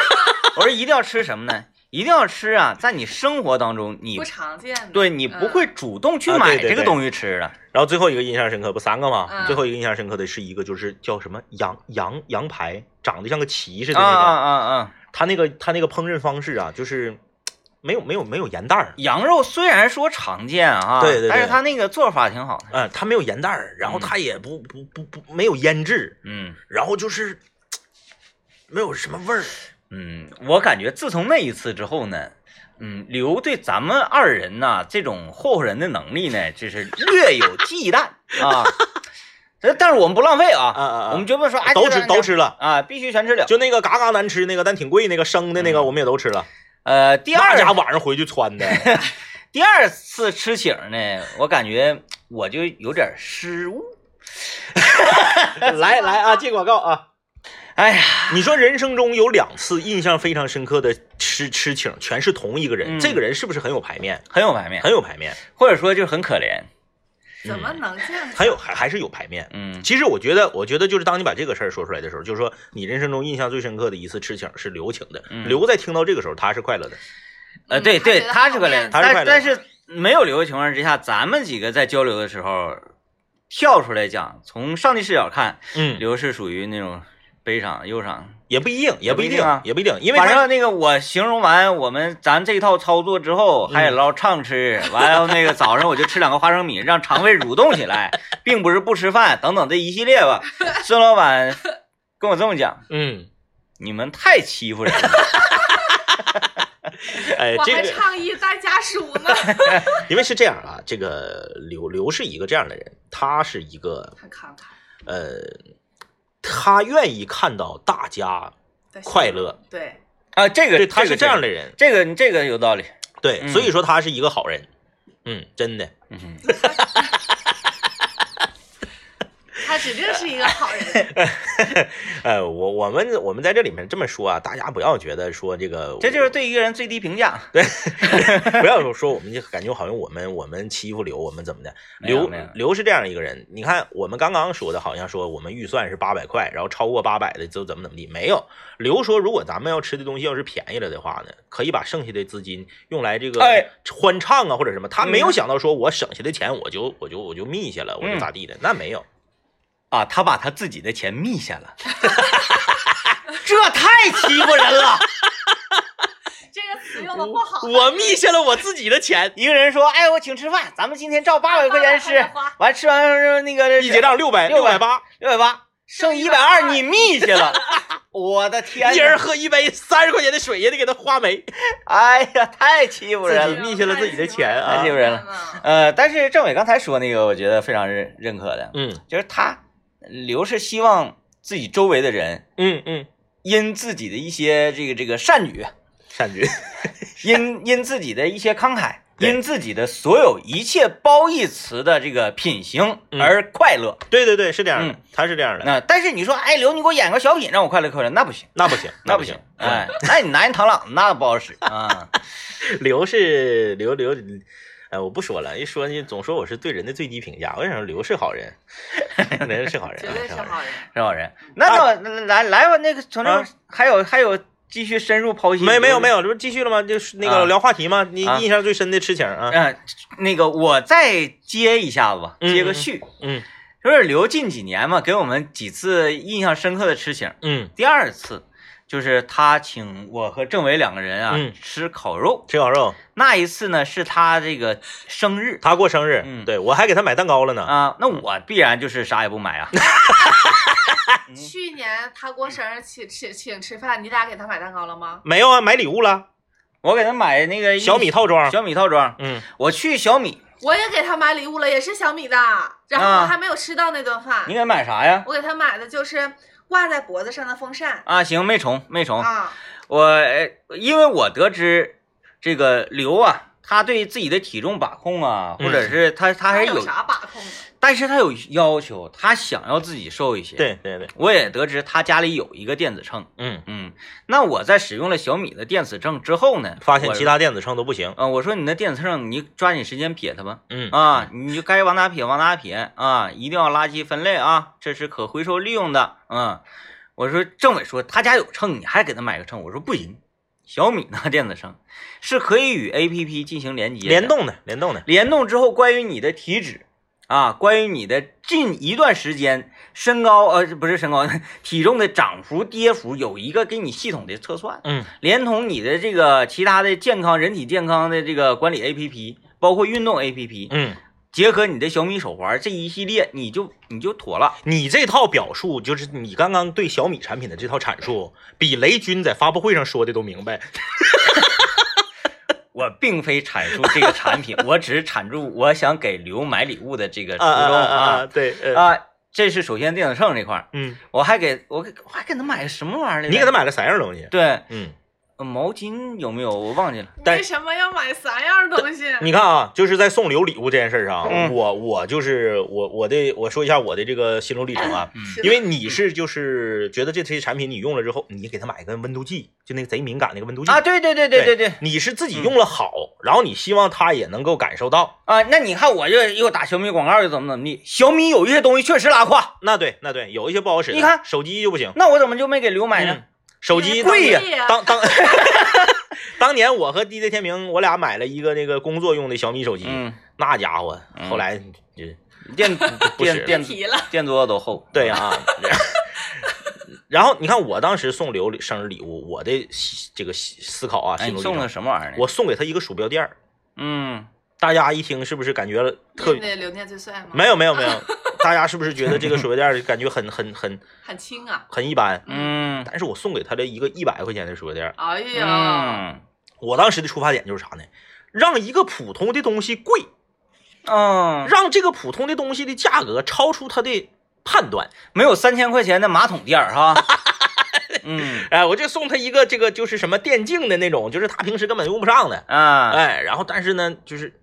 Speaker 2: 我说一定要吃什么呢？一定要吃啊，在你生活当中你
Speaker 3: 不常见的。
Speaker 2: 对你不会主动去
Speaker 1: 啊
Speaker 2: 买
Speaker 1: 对对
Speaker 2: 这个
Speaker 1: 对
Speaker 2: 东西吃的。
Speaker 1: 然后最后一个印象深刻，不三个吗？
Speaker 3: 嗯
Speaker 1: 最后一个印象深刻的是一个就是叫什么羊羊羊排，长得像个旗似的
Speaker 2: 啊
Speaker 1: 那个，
Speaker 2: 啊啊啊！
Speaker 1: 他那个他那个烹饪方式啊，就是没有没有没有盐袋儿，
Speaker 2: 羊肉虽然说常见啊，
Speaker 1: 对对对
Speaker 2: 但是它那个做法挺好的。
Speaker 1: 嗯，他没有盐袋儿，然后
Speaker 2: 嗯
Speaker 1: 他也不不不不没有腌制，
Speaker 2: 嗯
Speaker 1: 然后就是嘖没有什么味儿，
Speaker 2: 嗯，我感觉自从那一次之后呢，嗯，刘对咱们二人呐、这种霍霍人的能力呢，就是略有忌惮啊。 但但是我们不浪费啊，
Speaker 1: 啊啊啊
Speaker 2: 我们绝不说哎
Speaker 1: 都
Speaker 2: 这个
Speaker 1: 吃都吃了。
Speaker 2: 啊，必须全吃了。
Speaker 1: 就那个嘎嘎难吃那个，但挺贵那个生的那个，我们也都吃了。
Speaker 2: 呃，嗯第二
Speaker 1: 那家晚上回去穿 的，
Speaker 2: 第二次吃请呢，我感觉我就有点失误。
Speaker 1: 来来啊，接广告啊！
Speaker 2: 哎呀，
Speaker 1: 你说人生中有两次印象非常深刻的吃吃请，全是同一个人，
Speaker 2: 嗯
Speaker 1: 这个人是不是很有排面？
Speaker 2: 很有排面，
Speaker 1: 很有排面，
Speaker 2: 或者说就是很可怜。
Speaker 3: 怎么能这样？
Speaker 1: 很有还还是有排面。
Speaker 2: 嗯
Speaker 1: 其实我觉得，我觉得就是当你把这个事儿说出来的时候，就是说你人生中印象最深刻的一次吃请是刘请的。
Speaker 2: 嗯
Speaker 1: 刘在听到这个时候，他是快乐的。
Speaker 2: 呃，
Speaker 3: 嗯
Speaker 2: 对对，他
Speaker 3: 他
Speaker 2: 是
Speaker 3: 觉
Speaker 2: 可
Speaker 3: 得
Speaker 2: 怜，
Speaker 1: 他是快乐
Speaker 2: 但但是没有留的情况之下，咱们几个在交流的时候跳出来讲，从上帝视角看，
Speaker 1: 嗯，
Speaker 2: 刘是属于那种悲伤、忧伤。
Speaker 1: 也不一定，也不一
Speaker 2: 也不一定啊
Speaker 1: 也不一定，因为
Speaker 2: 反
Speaker 1: 他
Speaker 2: 正那个我形容完我们咱这一套操作之后，
Speaker 1: 嗯
Speaker 2: 海底捞畅吃，完了那个早上我就吃两个花生米，让肠胃蠕动起来，并不是不吃饭等等这一系列 吧。孙老板跟我这么讲，
Speaker 1: 嗯，
Speaker 2: 你们太欺负人了。
Speaker 1: 哎
Speaker 3: 我，
Speaker 1: 这
Speaker 3: 还
Speaker 1: 个
Speaker 3: 倡议带家属 呢，
Speaker 1: 因为是这样啊，这个刘刘是一个这样的人，他是一个
Speaker 3: 很慷慨
Speaker 1: 呃，他愿意看到大家
Speaker 3: 对
Speaker 1: 快乐，
Speaker 3: 对，
Speaker 2: 啊，这个
Speaker 1: 对，他是这样
Speaker 2: 的，
Speaker 1: 的人，
Speaker 2: 这个这个有道理。
Speaker 1: 对，
Speaker 2: 嗯
Speaker 1: 所以说他是一个好人，嗯，真的，
Speaker 2: 嗯哼。
Speaker 3: 他指定是一个好 人。
Speaker 1: 呃，我我们我们在这里面这么说啊，大家不要觉得说这个，
Speaker 2: 这就是对一个人最低评价。
Speaker 1: 不要说我们就感觉好像我们我们欺负刘，我们怎么的？
Speaker 2: 没有
Speaker 1: 刘
Speaker 2: 没有
Speaker 1: 刘是这样一个人，你看我们刚刚说的，好像说我们预算是八百块，然后超过八百的就怎么怎么地，没有。刘说，如果咱们要吃的东西要是便宜了的话呢，可以把剩下的资金用来这个
Speaker 2: 哎
Speaker 1: 欢唱啊或者什么。他没有
Speaker 2: 嗯
Speaker 1: 想到说我省下的钱我就我就我就密下了，我
Speaker 2: 嗯
Speaker 1: 就咋地的，那没有。
Speaker 2: 啊，他把他自己的钱密下了， 这太欺负人了。
Speaker 3: 这个词用的不好，
Speaker 1: 我密下了我自己的钱，
Speaker 2: 一个人说：“哎，我请吃饭，咱们今天照八百块钱
Speaker 3: 800
Speaker 2: 吃
Speaker 3: 块钱花，
Speaker 2: 完吃完之后那个
Speaker 1: 一结账六百
Speaker 2: 六百
Speaker 1: 百八，
Speaker 2: 六百八，剩一百二，你密 去了。我的天哪，
Speaker 1: 一人喝一杯三十块钱的水也得给他花没，
Speaker 2: 哎呀，太欺负
Speaker 1: 自
Speaker 2: 人
Speaker 1: 己
Speaker 2: 了。
Speaker 1: 密下了自己的钱
Speaker 2: 太
Speaker 1: 啊
Speaker 2: 欺。负人了。
Speaker 3: 了。
Speaker 2: 呃，但是政委刚才说那个，我觉得非常认认可的，
Speaker 1: 嗯
Speaker 2: 就是他刘是希望自己周围的人
Speaker 1: 嗯嗯，
Speaker 2: 因自己的一些这个这个善举，
Speaker 1: 善举。
Speaker 2: 因因自己的一些慷慨，
Speaker 1: 对
Speaker 2: 因自己的所有一切褒义词的这个品行
Speaker 1: 嗯
Speaker 2: 而快乐。
Speaker 1: 对对对，是这样的，
Speaker 2: 嗯
Speaker 1: 他是这样的，
Speaker 2: 那但是你说，哎，刘，你给我演个小品让我快乐快乐，那不行，
Speaker 1: 那不行，
Speaker 2: 那
Speaker 1: 不
Speaker 2: 行，
Speaker 1: 嗯
Speaker 2: 哎，那你拿人螳螂那 不好使啊。
Speaker 1: 嗯刘是刘刘，哎，我不说了，一说你总说我是对人的最低评价，我想说刘是好 人，人是好 人，
Speaker 3: 绝对是
Speaker 1: 好人。
Speaker 3: 好人，
Speaker 2: 是好人，那那来来吧，那个从这儿
Speaker 1: 啊
Speaker 2: 还有还有继续深入剖析。
Speaker 1: 没没有没
Speaker 2: 有，
Speaker 1: 有，这不继续了吗？就是那
Speaker 2: 啊
Speaker 1: 个聊话题吗？你
Speaker 2: 啊
Speaker 1: 印象最深的吃情啊？
Speaker 2: 嗯，那个我再接一下子吧，接个续。
Speaker 1: 嗯
Speaker 2: 就是刘近几年嘛，给我们几次印象深刻的吃请。
Speaker 1: 嗯
Speaker 2: 第二次就是他请我和政委两个人啊、
Speaker 1: 嗯
Speaker 2: 吃烤肉。
Speaker 1: 吃烤肉，
Speaker 2: 那一次呢是他这个生日
Speaker 1: 他过生日，
Speaker 2: 嗯
Speaker 1: 对我还给他买蛋糕了呢。
Speaker 2: 啊、那我必然就是啥也不 买啊。
Speaker 1: 嗯
Speaker 3: 去年他过生日请请请吃饭，你俩给他买蛋糕了吗？
Speaker 1: 没有啊，买礼物了，
Speaker 2: 我给他买那个一
Speaker 1: 小米套装。
Speaker 2: 小米套装，
Speaker 1: 嗯，
Speaker 2: 我去小米，
Speaker 3: 我也给他买礼物了，也是小米的，然后
Speaker 2: 啊
Speaker 3: 我还没有吃到那顿饭。
Speaker 2: 你给他买啥呀？
Speaker 3: 我给他买的就是挂在脖子上的风扇
Speaker 2: 啊，行，没重没
Speaker 1: 哦
Speaker 2: 重，
Speaker 3: 啊，
Speaker 2: 我呃因为我得知这个刘啊，他对自己的体重把控啊，
Speaker 1: 嗯
Speaker 2: 或者是他他还
Speaker 3: 还
Speaker 2: 是有，
Speaker 3: 啥把控呢？
Speaker 2: 但是他有要求，他想要自己瘦一些。，
Speaker 1: 对对对，
Speaker 2: 我也得知他家里有一个电子秤，
Speaker 1: 嗯，
Speaker 2: 嗯，那我在使用了小米的电子秤之后呢，
Speaker 1: 发现其
Speaker 2: 我，
Speaker 1: 他电子秤都不行。
Speaker 2: 嗯、我说你的电子秤，你抓紧时间撇它吧。
Speaker 1: 嗯，
Speaker 2: 啊，你就该往哪撇往哪撇啊，一定要垃圾分类啊，这是可回收利用的。嗯，我说政委说他家有秤，你还给他买个秤，我说不行，小米那电子秤是可以与 APP 进行连接的，
Speaker 1: 联动的，联动的。
Speaker 2: 联动之后，关于你的体脂啊，关于你的近一段时间身高呃不是身高 体重的涨幅跌幅有一个给你系统的测算，
Speaker 1: 嗯，
Speaker 2: 连同你的这个其他的健康人体健康的这个管理 APP，包括运动 APP，
Speaker 1: 嗯，
Speaker 2: 结合你的小米手环这一系列，你就你就妥了。
Speaker 1: 你这套表述就是你刚刚对小米产品的这套阐述，比雷军在发布会上说的都明 白。
Speaker 2: 我并非阐述这个产 品，我只是阐述我想给刘买礼物的这个初
Speaker 1: 啊
Speaker 2: 衷
Speaker 1: 啊啊啊！
Speaker 2: 啊
Speaker 1: 对，呃
Speaker 2: 啊！这是首先电子秤这块儿，
Speaker 1: 嗯，
Speaker 2: 我还给我给我还给他买个什么玩意儿来着？
Speaker 1: 你给他买了三样东西。
Speaker 2: 对
Speaker 1: 嗯，
Speaker 2: 呃毛巾有没有？我忘记了。
Speaker 1: 但
Speaker 3: 为什么要买三样东西？
Speaker 1: 你看啊，就是在送礼物礼物这件事儿上，
Speaker 2: 嗯
Speaker 1: 我我就是我我的我说一下我的这个心路历程啊，
Speaker 2: 嗯
Speaker 3: 是的
Speaker 1: 因为你是就是觉得这些产品你用了之后，你给他买一个温度计，就那个贼敏感那个温度计
Speaker 2: 啊，，对对对对对对嗯
Speaker 1: 你是自己用了好，然后你希望他也能够感受到。
Speaker 2: 啊！那你看我又又打小米广告又怎么怎么地？小米有一些东西确实拉胯，
Speaker 1: 那对那对，有一些不好使的，
Speaker 2: 你看
Speaker 1: 手机就不行，
Speaker 2: 那我怎么就没给刘买呢？
Speaker 1: 手机
Speaker 3: 贵
Speaker 1: 当
Speaker 3: 呀
Speaker 1: 当当。 当年我和 DJ 天明，我俩买了一个那个工作用的小米手机，
Speaker 2: 嗯，
Speaker 1: 那家伙
Speaker 2: 嗯
Speaker 1: 后来就
Speaker 2: 电
Speaker 1: 不是
Speaker 2: 电电
Speaker 3: 提了，
Speaker 2: 电桌子都厚。
Speaker 1: 对 啊。然后你看，我当时送刘生日礼物，我的西这个西思考啊，心
Speaker 2: 哎，你
Speaker 1: 路历
Speaker 2: 送
Speaker 1: 程
Speaker 2: 的什么玩意儿呢？
Speaker 1: 我送给他一个鼠标垫儿
Speaker 2: 嗯，
Speaker 1: 大家一听是不是感觉特
Speaker 3: 因为刘念最帅吗？
Speaker 1: 没有没有没 有，大家是不是觉得这个鼠标垫儿感觉很很很
Speaker 3: 很轻啊！
Speaker 1: 很一般？
Speaker 2: 嗯
Speaker 1: 但是我送给他的一个一百块钱的鼠标垫儿，
Speaker 3: 哎呀，
Speaker 1: 啊
Speaker 2: 嗯
Speaker 1: 我当时的出发点就是啥呢？让一个普通的东西贵，
Speaker 2: 嗯，
Speaker 1: 让这个普通的东西的价格超出他的判断。
Speaker 2: 没有三千块钱的马桶垫儿 哈。嗯
Speaker 1: 哎，我就送他一个这个就是什么电竞的那种，就是他平时根本用不上的。
Speaker 2: 啊，
Speaker 1: 哎，然后但是呢，就是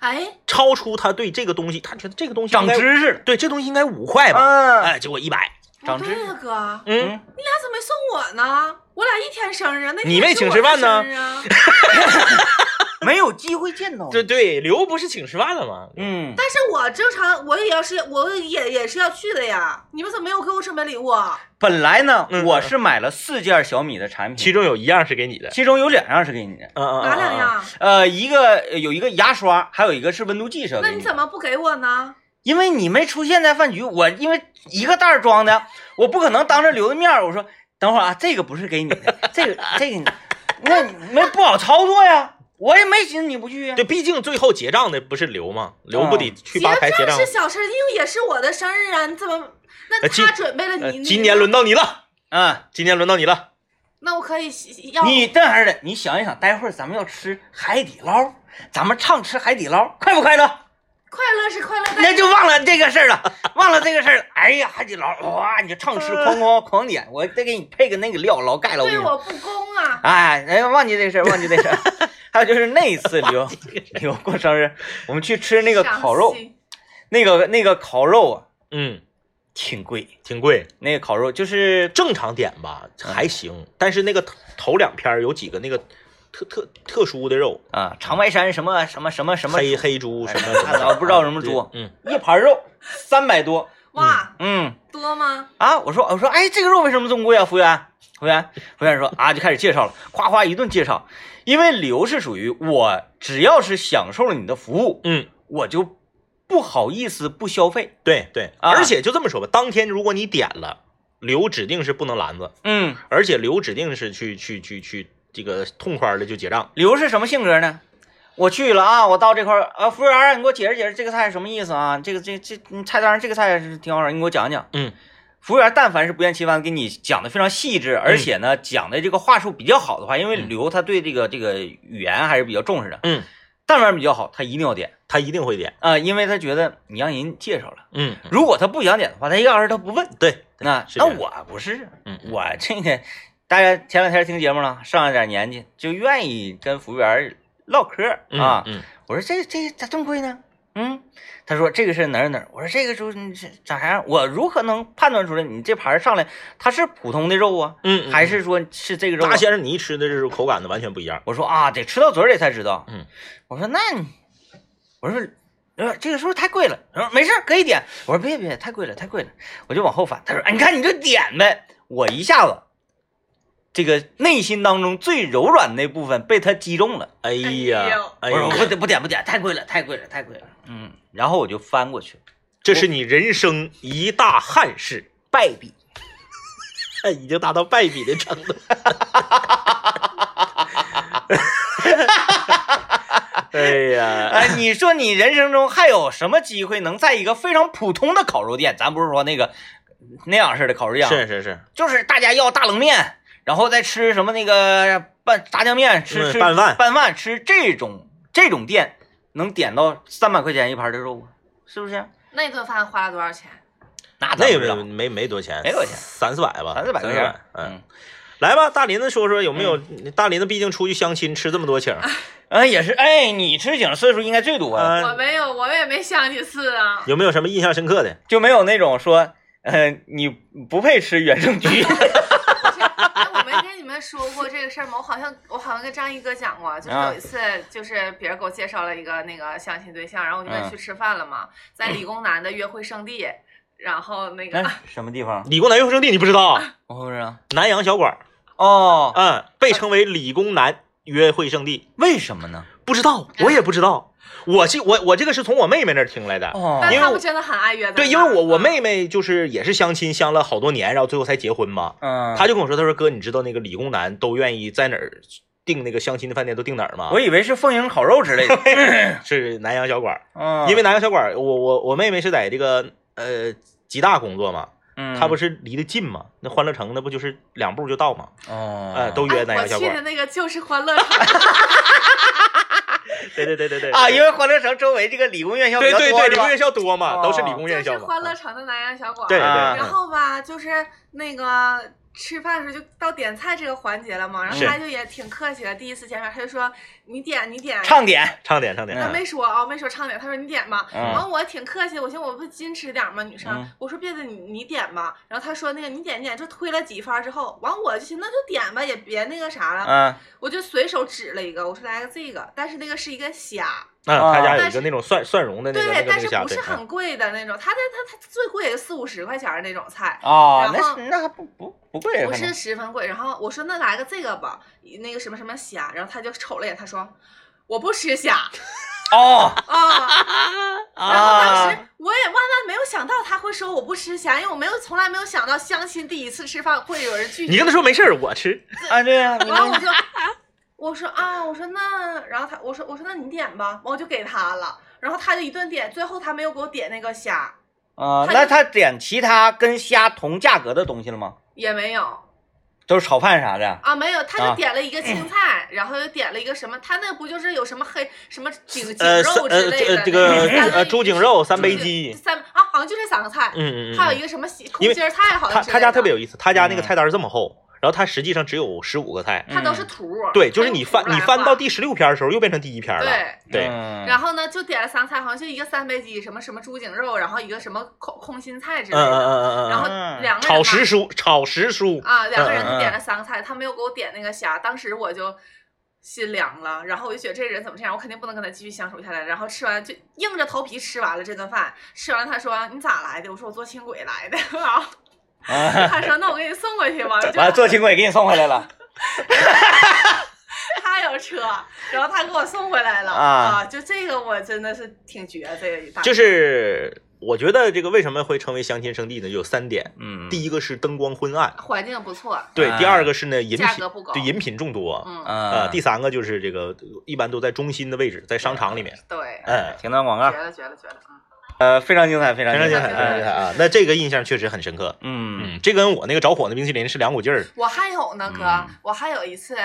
Speaker 3: 哎，
Speaker 1: 超出他对这个东西，他觉得这个东西应
Speaker 2: 长
Speaker 1: 该，
Speaker 2: 知识了。
Speaker 1: 对这东西应该五块吧？
Speaker 2: 嗯
Speaker 1: 哎，结果一百。
Speaker 3: 不
Speaker 2: 长知
Speaker 3: 对呀，哥，
Speaker 1: 嗯，
Speaker 2: 嗯，
Speaker 3: 你俩怎么没送我呢？我俩一天生日，那天
Speaker 1: 你没
Speaker 3: 是
Speaker 1: 请
Speaker 3: 我
Speaker 1: 吃
Speaker 3: 的
Speaker 1: 饭呢
Speaker 3: 生日啊
Speaker 2: 没有机会见到你。
Speaker 1: 对对，刘不是请吃饭了吗？
Speaker 2: 嗯，
Speaker 3: 但是我正常，我也要是，我也也是要去的呀。你们怎么没有给我准备礼物啊？
Speaker 2: 本来呢，
Speaker 1: 嗯
Speaker 2: 我是买了四件小米的产
Speaker 1: 其
Speaker 2: 品，
Speaker 1: 中有一样是给你的。
Speaker 2: 其中有两样是给你的，
Speaker 1: 嗯嗯，嗯
Speaker 3: 哪两？
Speaker 1: 嗯嗯
Speaker 3: 样？
Speaker 2: 呃，一个呃有一个牙刷，还有一个是温度计是要
Speaker 3: 那
Speaker 2: 给
Speaker 3: 你
Speaker 2: 的
Speaker 3: 怎。么不给我呢？
Speaker 2: 因为你没出现在饭局，我因为一个袋儿装的，我不可能当着刘的面儿我说等会儿啊，这个不是给你的，这个这个你，那你没不好操作呀，我也没寻思你不去呀。啊
Speaker 1: 嗯对，毕竟最后结账的不是刘吗？
Speaker 2: 嗯
Speaker 1: 刘不得去吧台结
Speaker 3: 账
Speaker 1: 账
Speaker 3: 是？小事，因为也是我的生日啊，你怎么？那
Speaker 1: 呃今
Speaker 3: 他准备了
Speaker 1: 呃
Speaker 3: 你，，
Speaker 1: 今年轮
Speaker 3: 到
Speaker 1: 到你了，
Speaker 2: 嗯，
Speaker 1: 今年轮到你了。
Speaker 3: 那我可以要
Speaker 2: 你这样的，你想一想，待会儿咱们要吃海底捞，咱们畅吃海底捞，快不快乐？
Speaker 3: 快乐是快乐，但
Speaker 2: 那就忘了这个事儿了，忘了这个事儿了。哎呀，海底捞哇，你就畅吃，哐哐狂点，我再给你配个那个料，老盖了。
Speaker 3: 嗯对
Speaker 2: 跟你说
Speaker 3: 我不公啊！
Speaker 2: 哎，哎，忘记这事儿，忘记这事 儿。还有就是那一次刘刘过生日，我们去吃那个烤肉
Speaker 3: 伤，心
Speaker 2: 那个那个烤肉啊，
Speaker 1: 嗯，
Speaker 2: 挺贵。
Speaker 1: 挺贵，
Speaker 2: 那个烤肉就是
Speaker 1: 正常点吧，
Speaker 2: 嗯
Speaker 1: 还行。但是那个头头两片儿有几个那个特特特殊的肉，
Speaker 2: 啊，长白山什么什么什么什么，
Speaker 1: 黑黑猪
Speaker 2: 哎
Speaker 1: 什么
Speaker 2: 那
Speaker 1: 什么的，
Speaker 2: 我不知道什么猪
Speaker 1: 对嗯，
Speaker 2: 一盘肉三百多。
Speaker 3: 哇，
Speaker 2: 嗯
Speaker 3: 多吗？
Speaker 2: 啊，我说我说，哎，这个肉为什么这么贵啊？服务员，服务员，服务员说啊，就开始介绍了，夸夸一顿介绍。因为刘是属于我，只要是享受了你的服务，
Speaker 1: 嗯，
Speaker 2: 我就不好意思不消费。
Speaker 1: 对对。
Speaker 2: 啊
Speaker 1: 而且就这么说吧，当天如果你点了，留指定是不能拦着，
Speaker 2: 嗯，
Speaker 1: 而且留指定是去去去去这个痛快的就结账。
Speaker 2: 刘是什么性格呢？我去了啊，我到这块儿啊，服务员啊，你给我解释解释这个菜什么意思啊？这个这这你菜单这个菜是挺好玩，你给我讲讲。
Speaker 1: 嗯，
Speaker 2: 服务员但凡是不厌其烦给你讲的非常细致，而且呢、讲的这个话术比较好的话，因为
Speaker 1: 嗯
Speaker 2: 刘他对这个这个语言还是比较重视的，
Speaker 1: 嗯，
Speaker 2: 但凡比较好，他一定要点
Speaker 1: 他一定会点。
Speaker 2: 啊、因为他觉得你让人介绍了。
Speaker 1: 嗯，
Speaker 2: 如果他不想点的话，他要是他不问，
Speaker 1: 对，
Speaker 2: 那
Speaker 1: 是
Speaker 2: 那
Speaker 1: 这样
Speaker 2: 我不是，
Speaker 1: 嗯嗯
Speaker 2: 我这个大家前两天听节目了，上了点年纪就愿意跟服务员唠嗑啊。
Speaker 1: 嗯嗯
Speaker 2: 我说这这咋这么贵呢？嗯，他说这个是哪儿哪儿。我说这个猪你是咋样？我如何能判断出来你这盘上来它是普通的肉啊，
Speaker 1: 嗯，嗯嗯
Speaker 2: 还是说是这个肉、啊
Speaker 1: 大？先生，你一吃的这种口感的完全不一样。
Speaker 2: 我说啊，得吃到嘴里才知道。
Speaker 1: 嗯，
Speaker 2: 我说那你，我说，呃，这个是不是太贵了？他说没事儿，可以点。我说别别，太贵了，太贵了，我就往后翻。他说，哎，你看你就点呗。我一下子，这个内心当中最柔软那部分被他击中了。
Speaker 1: 哎呀，哎
Speaker 2: 我说不
Speaker 1: 呀，
Speaker 2: 点不点不点，太贵了，太贵了，太贵了。嗯，然后我就翻过去，
Speaker 1: 这是你人生一大憾事，
Speaker 2: 败笔。
Speaker 1: 已经达到败笔的程 度。哎呀，
Speaker 2: 哎，你说你人生中还有什么机会能在一个非常普通的烤肉店？咱不是说那个那样式的烤肉店啊，
Speaker 1: 是是是，
Speaker 2: 就是大家要大冷面，然后再吃什么那个拌炸酱面，吃
Speaker 1: 嗯
Speaker 2: 吃
Speaker 1: 拌饭
Speaker 2: 拌饭，吃这种这种店能点到三百块钱一盘的肉啊，是不是？
Speaker 3: 那顿饭花了多少钱？
Speaker 2: 那咱
Speaker 1: 那
Speaker 2: 不知道
Speaker 1: 没没没多钱，
Speaker 2: 没多钱
Speaker 1: 三四百吧，
Speaker 2: 三四百块
Speaker 1: 三
Speaker 2: 钱
Speaker 1: 四，百嗯，
Speaker 2: 嗯，
Speaker 1: 来吧，大林子说说有没有？大林子毕竟出去相亲吃这么多请儿，
Speaker 2: 哎也是，哎，你吃景次数应该最多啊，
Speaker 3: 我
Speaker 1: 嗯，
Speaker 3: 没有，我也没相几次啊。
Speaker 1: 有没有什么印象深刻的？
Speaker 2: 就没有那种说，呃，你不配吃原 生居，
Speaker 3: 不是 哎，我没跟你们说过这个事儿吗？我好像我好像跟张一哥讲过，就是
Speaker 1: 啊
Speaker 3: 有一次，就是别人给我介绍了一个那个相亲对象，然后我就
Speaker 1: 嗯
Speaker 3: 跟他去吃饭了嘛，在理工男的约会圣地，然后那
Speaker 2: 那
Speaker 3: 个
Speaker 2: 是什么地方？
Speaker 1: 理工男优胜地你不知道啊？
Speaker 2: 我不知道。
Speaker 1: 南阳小馆儿，
Speaker 2: 哦，
Speaker 1: 嗯，被称为理工男约会圣地。
Speaker 2: 为什么呢？
Speaker 1: 不知道，我也不知道，我这我我这个是从我妹妹那儿听来的。
Speaker 2: 哦，
Speaker 3: 但
Speaker 1: 因为
Speaker 3: 他
Speaker 1: 我
Speaker 3: 们真的很爱约的。
Speaker 1: 对，因为我我妹妹就是也是相亲相了好多年，然后最后才结婚嘛。
Speaker 2: 嗯，
Speaker 1: 她就跟我说，她说哥，你知道那个理工男都愿意在哪儿订那个相亲的饭店都订哪儿吗？
Speaker 2: 我以为是凤营烤肉之类的，
Speaker 1: 是南阳小馆儿，
Speaker 2: 嗯，
Speaker 1: 因为南阳小馆儿，我我我妹妹是在这个呃吉大工作嘛，她
Speaker 2: 他
Speaker 1: 不是离得近嘛，那欢乐城那不就是两步就到嘛，
Speaker 2: 哦，
Speaker 1: 呃，都约
Speaker 3: 哎
Speaker 1: 南
Speaker 3: 我
Speaker 1: 阳小
Speaker 3: 去
Speaker 1: 馆
Speaker 3: 的
Speaker 1: 儿。
Speaker 3: 那个就是欢乐场，
Speaker 1: 对对对对对
Speaker 2: 啊，因为欢乐城周围这个理工院校比
Speaker 1: 对
Speaker 2: 较
Speaker 1: 对对，
Speaker 2: 多，
Speaker 1: 理
Speaker 2: 是吧
Speaker 1: 工院校多嘛，都是理工
Speaker 3: 就
Speaker 1: 院校
Speaker 3: 哦是
Speaker 1: 嘛。
Speaker 3: 欢乐城的南阳小馆。
Speaker 1: 对对，
Speaker 2: 啊
Speaker 1: 嗯
Speaker 3: 然后吧，就是那个吃饭的时候就到点菜这个环节了嘛，然后
Speaker 1: 是
Speaker 3: 他就也挺客气的，第一次见面他就说你点你点，
Speaker 2: 唱点，
Speaker 1: 唱点唱点，
Speaker 3: 他
Speaker 1: 嗯
Speaker 3: 没说啊、没说唱点，他说你点吧。
Speaker 2: 嗯
Speaker 3: 然后我挺客气，我寻思我不矜持点吗？女生，
Speaker 2: 嗯
Speaker 3: 我说别的你你点吧。然后他说那个你点你点，就推了几番之后，完我就寻思那就点吧，也别那个啥了，
Speaker 2: 嗯，
Speaker 3: 我就随手指了一个，我说来个这个，但是那个是一个虾，
Speaker 1: 嗯，
Speaker 2: 啊
Speaker 1: 他家有
Speaker 3: 但
Speaker 1: 一
Speaker 3: 是
Speaker 1: 个那种蒜蒜蓉的那个那个
Speaker 3: 但
Speaker 1: 那
Speaker 3: 是
Speaker 1: 个虾，
Speaker 3: 不
Speaker 1: 对嗯
Speaker 3: 是，很贵的那种，他那他他最贵也就四五十块钱儿那种菜。
Speaker 2: 哦，
Speaker 3: 然
Speaker 2: 那
Speaker 3: 后
Speaker 2: 是那还不不不贵，
Speaker 3: 不
Speaker 2: 反正
Speaker 3: 是十分贵，然后我说那来个这个吧，那个什么什么虾，然后他就瞅了一眼，他说我不吃虾
Speaker 2: 哦
Speaker 3: 啊， 然后当时
Speaker 2: 啊，
Speaker 3: 我也万万没有想到他会说我不吃虾，因为我没有从来没有想到相亲第一次吃饭会有人
Speaker 1: 嗯
Speaker 3: 拒
Speaker 1: 你跟
Speaker 3: 绝。
Speaker 1: 他说没嗯事儿，我吃。
Speaker 2: 啊对啊，你
Speaker 3: 然后我
Speaker 2: 们
Speaker 3: 就我说啊，我说那，然后他我说我说那你点吧，我就给他了。然后他就一顿点，最后他没有给我点那个虾，
Speaker 2: 啊，那他点其他跟虾同价格的东西了吗？
Speaker 3: 也没有
Speaker 2: 都是炒饭啥的
Speaker 3: 啊，没有，他
Speaker 2: 啊
Speaker 3: 就点了一个青菜，然后又点了一个什么，他那不就是有什么黑什么颈颈
Speaker 1: 呃，三
Speaker 3: 肉
Speaker 1: 呃
Speaker 3: 之类的
Speaker 1: 呃，
Speaker 3: 那
Speaker 1: 这个
Speaker 3: 三
Speaker 1: 呃
Speaker 3: 文鱼
Speaker 1: 猪颈肉、三
Speaker 3: 猪
Speaker 1: 杯
Speaker 3: 颈
Speaker 1: 鸡，
Speaker 3: 三啊，好像就这三个菜，
Speaker 1: 嗯嗯嗯，
Speaker 3: 还有一个什么西
Speaker 1: 因
Speaker 3: 空
Speaker 1: 为
Speaker 3: 心儿菜，好
Speaker 1: 他
Speaker 3: 像之
Speaker 1: 他家
Speaker 3: 类
Speaker 1: 特别
Speaker 3: 的
Speaker 1: 有意思，他家那个
Speaker 2: 嗯
Speaker 1: 菜单这么厚，然后他实际上只有十五个菜，
Speaker 3: 它都是图儿，
Speaker 1: 嗯对，就
Speaker 3: 它
Speaker 1: 是你
Speaker 3: 图
Speaker 1: 翻
Speaker 3: 来
Speaker 1: 你翻到
Speaker 3: 画
Speaker 1: 第十六篇的时候又变成第一篇了，嗯对，
Speaker 3: 对。然
Speaker 2: 后
Speaker 3: 后呢，就点了三菜，好像就一个三杯鸡，什么什么猪颈肉，然后一个什么空空心菜之
Speaker 1: 嗯
Speaker 3: 类
Speaker 1: 嗯
Speaker 3: 的。
Speaker 1: 嗯嗯嗯
Speaker 3: 然
Speaker 1: 嗯，
Speaker 3: 后
Speaker 2: 嗯
Speaker 3: 两个
Speaker 1: 炒
Speaker 3: 人嘛
Speaker 1: 时蔬，炒时蔬，
Speaker 3: 啊，两个人
Speaker 1: 嗯
Speaker 2: 嗯嗯
Speaker 3: 就点了三个菜，他没有给我点那个虾，当时我就心凉了，然后我就觉得这人怎么这样，我肯定不能跟他继续相处下来。然后吃完就硬着头皮吃完了这顿饭，吃完他说你咋来的？我说我坐轻轨来的。 然后
Speaker 2: 啊
Speaker 3: 他说那我给你送过去吧， 就
Speaker 2: 完了坐轻轨给你送回来了，
Speaker 3: 他有车，然后他给我送回来了
Speaker 2: 啊
Speaker 3: 就这个我真的是挺绝这个一大。
Speaker 1: 就是我觉得这个为什么会成为相亲圣地呢？有三点，
Speaker 2: 嗯，
Speaker 1: 第一个是灯光昏暗，
Speaker 3: 环境不错，
Speaker 1: 对；
Speaker 2: 哎
Speaker 1: 第二个是呢饮
Speaker 3: 价
Speaker 1: 品
Speaker 3: 格不高，
Speaker 1: 对饮品众多，
Speaker 3: 嗯，
Speaker 1: 啊；
Speaker 2: 啊，
Speaker 1: 第三个就是这个一般都在中心的位置，在商场里面，
Speaker 3: 对，
Speaker 1: 哎，
Speaker 2: 听段广
Speaker 3: 绝
Speaker 2: 告，
Speaker 3: 了绝了绝了，嗯，
Speaker 2: 呃，非常精彩，非常
Speaker 1: 非常精彩，
Speaker 2: 彩，
Speaker 1: 非常
Speaker 2: 哎
Speaker 1: 精彩啊！那这个印象确实很深刻，
Speaker 2: 嗯
Speaker 1: 嗯，这跟我那个着火的冰淇淋是两股劲儿，
Speaker 3: 我还有呢，哥，
Speaker 2: 嗯
Speaker 3: 我还有一次，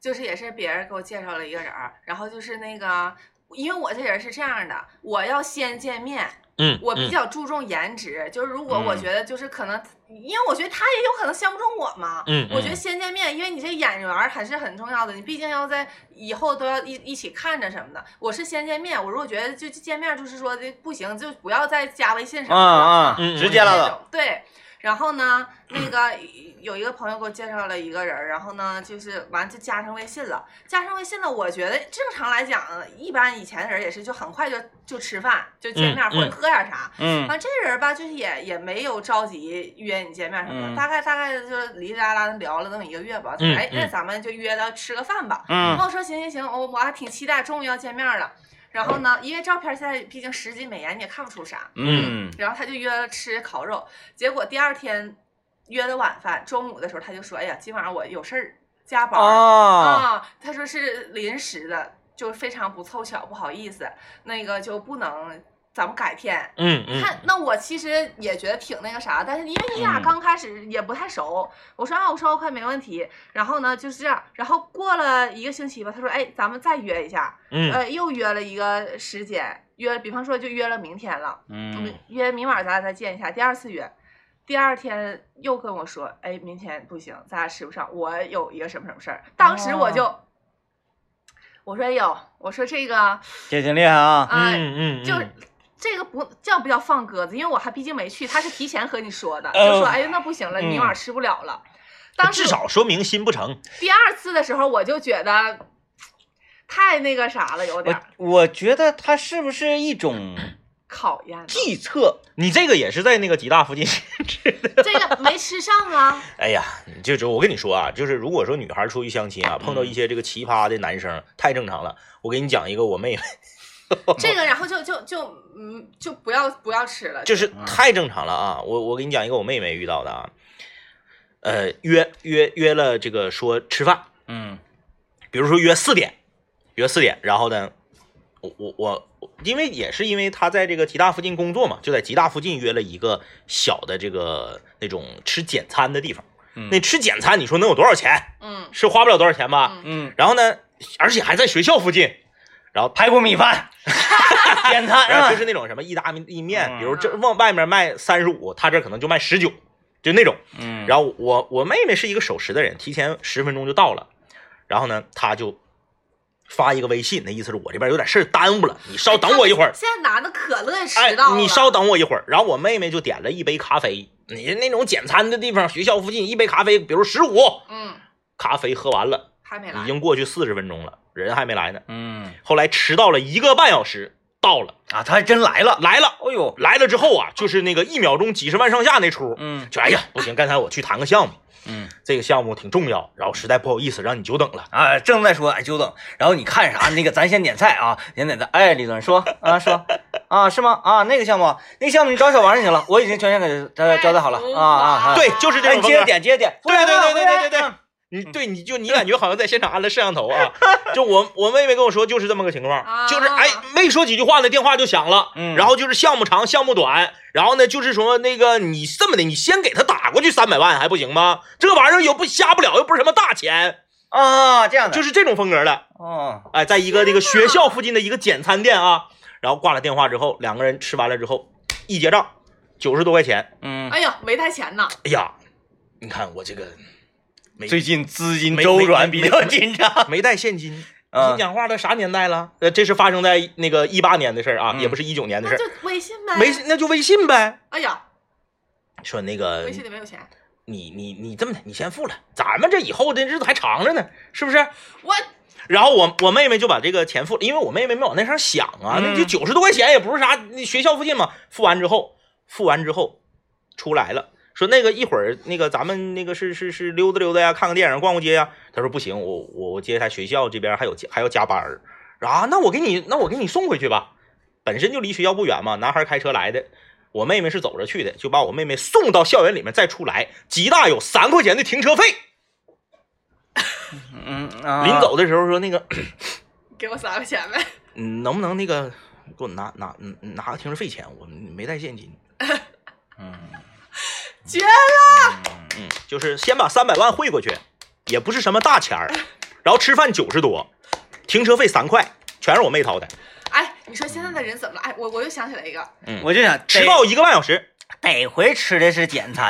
Speaker 3: 就是也是别人给我介绍了一个人儿，然后就是那个，因为我这人是这样的，我要先见面，
Speaker 1: 嗯，
Speaker 3: 我比
Speaker 1: 嗯
Speaker 3: 较注重颜值，就是如果
Speaker 2: 嗯
Speaker 3: 我觉得就是可能，因为我觉得他也有可能相不中我嘛。
Speaker 1: 嗯，
Speaker 3: 我觉得先见面，因为你这演员儿还是很重要的，你毕竟要在以后都要一一起看着什么的。我是先见面，我如果觉得就就见面就是说这不行，就不要再加微信什
Speaker 2: 啊
Speaker 3: 么的。
Speaker 2: 啊，
Speaker 1: 嗯
Speaker 2: 直接拉倒，
Speaker 3: 对，然后呢，那个 有一个朋友给我介绍了一个人儿，然后呢，就是完就加上微信了。加上微信了，我觉得正常来讲，一般以前的人也是就很快就就吃饭，就见面
Speaker 1: 嗯
Speaker 3: 或者
Speaker 1: 嗯
Speaker 3: 喝点啥。
Speaker 2: 嗯
Speaker 3: 完、这个人吧，就是也也没有着急约你见面什么的，
Speaker 2: 嗯
Speaker 3: 大概大概就是哩哩啦啦聊了那么一个月吧。
Speaker 1: 嗯
Speaker 3: 哎，
Speaker 1: 嗯
Speaker 3: 那咱们就约到吃个饭吧。然
Speaker 2: 嗯
Speaker 3: 后我说行行行，哦我我还挺期待，终于要见面了。然后呢，因为照片现在毕竟十几美颜，你也看不出啥。
Speaker 2: 嗯
Speaker 3: 然后他就约了吃烤肉，结果第二天约的晚饭，中午的时候他就说：“哎呀，今晚上我有事儿，加班儿
Speaker 2: 啊，
Speaker 3: 啊。”他说是临时的，就非常不凑巧，不好意思，那个就不能，咱们改天。
Speaker 1: 嗯嗯
Speaker 3: 看，那我其实也觉得挺那个啥，但是因为你俩
Speaker 2: 嗯
Speaker 3: 刚开始也不太熟，我说啊，我说 OK 没问题，然后呢就是这样，然后过了一个星期吧，他说哎，咱们再约一下，
Speaker 1: 嗯
Speaker 3: 呃，又约了一个时间，约，比方说就约了明天了，
Speaker 2: 嗯
Speaker 3: 约明晚咱俩再见一下，第二次约，第二天又跟我说，哎，明天不行，咱俩吃不上，我有一个什么什么事儿。当时我就，
Speaker 1: 哦
Speaker 3: 我说哎呦，我说这个啊、
Speaker 2: 这挺厉害啊，
Speaker 1: 嗯嗯，
Speaker 3: 呃就
Speaker 1: 嗯
Speaker 3: 这个不叫不叫放鸽子，因为我还毕竟没去，他是提前和你说的，
Speaker 2: 呃
Speaker 3: 就说哎呦那不行了，
Speaker 2: 嗯
Speaker 3: 明晚吃不了了。当时
Speaker 1: 至少说明心不诚，
Speaker 3: 第二次的时候，我就觉得太那个啥了，有点
Speaker 2: 我
Speaker 3: 儿
Speaker 2: 我觉得它是不是一种
Speaker 3: 考验了。
Speaker 2: 计策？
Speaker 1: 你这个也是在那个吉大附近吃的。
Speaker 3: 这 个没吃上啊，
Speaker 1: 哎呀，你就就我跟你说啊，就是如果说女孩出去相亲啊，碰到一些这个奇葩的男生，太正常了。我给你讲一个我妹妹，
Speaker 3: 呃
Speaker 1: 哦
Speaker 3: 这个然后就就就嗯就不要不要吃了，
Speaker 1: 就是太正常了啊。我我给你讲一个我妹妹遇到的啊，呃，约约约了这个说吃饭，
Speaker 2: 嗯
Speaker 1: 比如说约四点，约四点，然后呢，我我我我，因为也是因为他在这个吉大附近工作嘛，就在吉大附近约了一个小的这个那种吃简餐的地方。
Speaker 2: 嗯
Speaker 1: 那吃简餐，你说能有多少钱？
Speaker 3: 嗯，
Speaker 1: 是花不了多少钱吧？
Speaker 3: 嗯
Speaker 2: 嗯，
Speaker 1: 然后呢，而且还在学校附近，然后
Speaker 2: 排骨 米饭，简餐
Speaker 1: 然后
Speaker 2: 啊
Speaker 1: 就是那种什么意大利面，
Speaker 2: 嗯
Speaker 1: 比如这往外面卖三十五，他这可能就卖十九，就那种。
Speaker 2: 嗯，
Speaker 1: 然后我我妹妹是一个守时的人，提前十分钟就到了，然后呢，她就发一个微信，那意思是我这边有点事儿耽误了，你稍等我一会儿，
Speaker 3: 现在男的可乐意
Speaker 1: 哎
Speaker 3: 迟到，了，
Speaker 1: 你稍等我一会儿。然后我妹妹就点了一杯咖啡，你那种简餐的地方，学校附近一杯咖啡，比如十五，
Speaker 3: 嗯，
Speaker 1: 咖啡喝完了，
Speaker 3: 还没来，
Speaker 1: 已经过去四十分钟了，人还没来呢。
Speaker 2: 嗯
Speaker 1: 后来迟到了一个半小时，到了，
Speaker 2: 啊，他还真来了，
Speaker 1: 来了，
Speaker 2: 哎呦，
Speaker 1: 来了之后啊，就是那个一秒钟几十万上下那出，
Speaker 2: 嗯
Speaker 1: 就哎呀不行，刚才我去谈个项目。
Speaker 2: 嗯
Speaker 1: 这个项目挺重要，然后实在不好意思让你久等了。
Speaker 2: 啊，正在说，哎，久等，然后你看啥？那个咱先点菜啊，先点菜，哎，李总说啊说 啊是吗？啊那个项目，那个项目你找小王去了，我已经全权给他交代好了
Speaker 3: 哎
Speaker 2: 啊啊，啊
Speaker 1: 嗯对就是这
Speaker 2: 哎，
Speaker 1: 种
Speaker 2: 你接着点，接着点，
Speaker 1: 对对对对对对对
Speaker 2: 嗯，
Speaker 1: 你对你就你感觉好像在现场安了摄像头 啊，就我我妹妹跟我说就是这么个情况，
Speaker 3: 啊
Speaker 1: 就是哎没说几句话呢，电话就响了，
Speaker 2: 嗯
Speaker 1: 然后就是项目长项目短，然后呢就是说那个你这么的，你先给他打过去三百万还不行吗？这玩意儿又不瞎不了，又不是什么大钱，
Speaker 2: 啊这样的，
Speaker 1: 就是是这种风格的。
Speaker 2: 哦，
Speaker 1: 哎，在一个那个学校附近的一个简餐店啊，然后挂了电话之后，两个人吃完了之后一结账，九十多块钱，
Speaker 2: 嗯，
Speaker 3: 哎呀，没带钱呢，
Speaker 1: 哎呀，你看我这个没
Speaker 2: 最近资金
Speaker 1: 没
Speaker 2: 周
Speaker 1: 没
Speaker 2: 转
Speaker 1: 没
Speaker 2: 比
Speaker 1: 没
Speaker 2: 较
Speaker 1: 没
Speaker 2: 紧 张，
Speaker 1: 没带现金。
Speaker 2: 啊
Speaker 1: 你讲话都啥年代了？呃，这是发生在那个一八年的事儿啊，
Speaker 2: 嗯
Speaker 1: 也不是一九年的事
Speaker 3: 那
Speaker 1: 儿。
Speaker 3: 就微信呗，
Speaker 1: 没，那就微信呗。
Speaker 3: 哎呀，
Speaker 1: 说那个
Speaker 3: 微，信里没有钱，
Speaker 1: 你你你这么的，你先付了，咱们这以后的日子还长着呢，是不是？
Speaker 3: 我
Speaker 1: 然后我我妹妹就把这个钱付了，因为我妹妹没往那上想啊，那就
Speaker 2: 嗯
Speaker 1: 九十多块钱也不是啥，那学校附近嘛。付完之后，付完之后出来了，说那个一会儿那个咱们那个是是是溜达溜达呀，看个电影，逛逛街呀。他说不行，我我我接他学校这边还有还要加班儿啊，那我给你那我给你送回去吧。本身就离学校不远嘛，男孩开车来的，我妹妹是走着去的，就把我妹妹送到校园里面再出来，吉大有三块钱的停车费。
Speaker 2: 嗯，啊
Speaker 1: 临走的时候说那个，
Speaker 3: 给我三块钱呗。
Speaker 1: 嗯能不能那个给我拿拿嗯拿个停车费钱？我没带现金。
Speaker 3: 绝了！
Speaker 1: 嗯，就是先把三百万汇过去，也不是什么大钱 儿，然后吃饭九十多，停车费三块，全是我妹掏的，
Speaker 3: 哎，你说现在的人怎么了？哎，我我又想起来一个，
Speaker 2: 我就想
Speaker 1: 迟到一个半小时。
Speaker 2: 得，得回吃的是 简餐。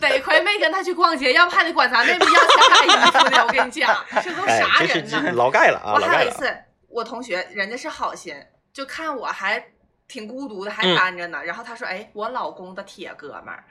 Speaker 3: 得亏没跟他去逛街，要不还得管啊咱妹妹要钱买衣服呢。我跟 你讲，这都
Speaker 1: 哎
Speaker 3: 啥，
Speaker 1: 这是
Speaker 3: 人呢
Speaker 1: 这？老盖了啊，
Speaker 3: 我
Speaker 1: 老
Speaker 3: 还
Speaker 1: 盖
Speaker 3: 有一
Speaker 1: 了啊。
Speaker 3: 次，我同学人家是好心，就看我还挺孤独的，还
Speaker 1: 嗯
Speaker 3: 单着呢。然后他说：“哎，我老公的铁哥们儿，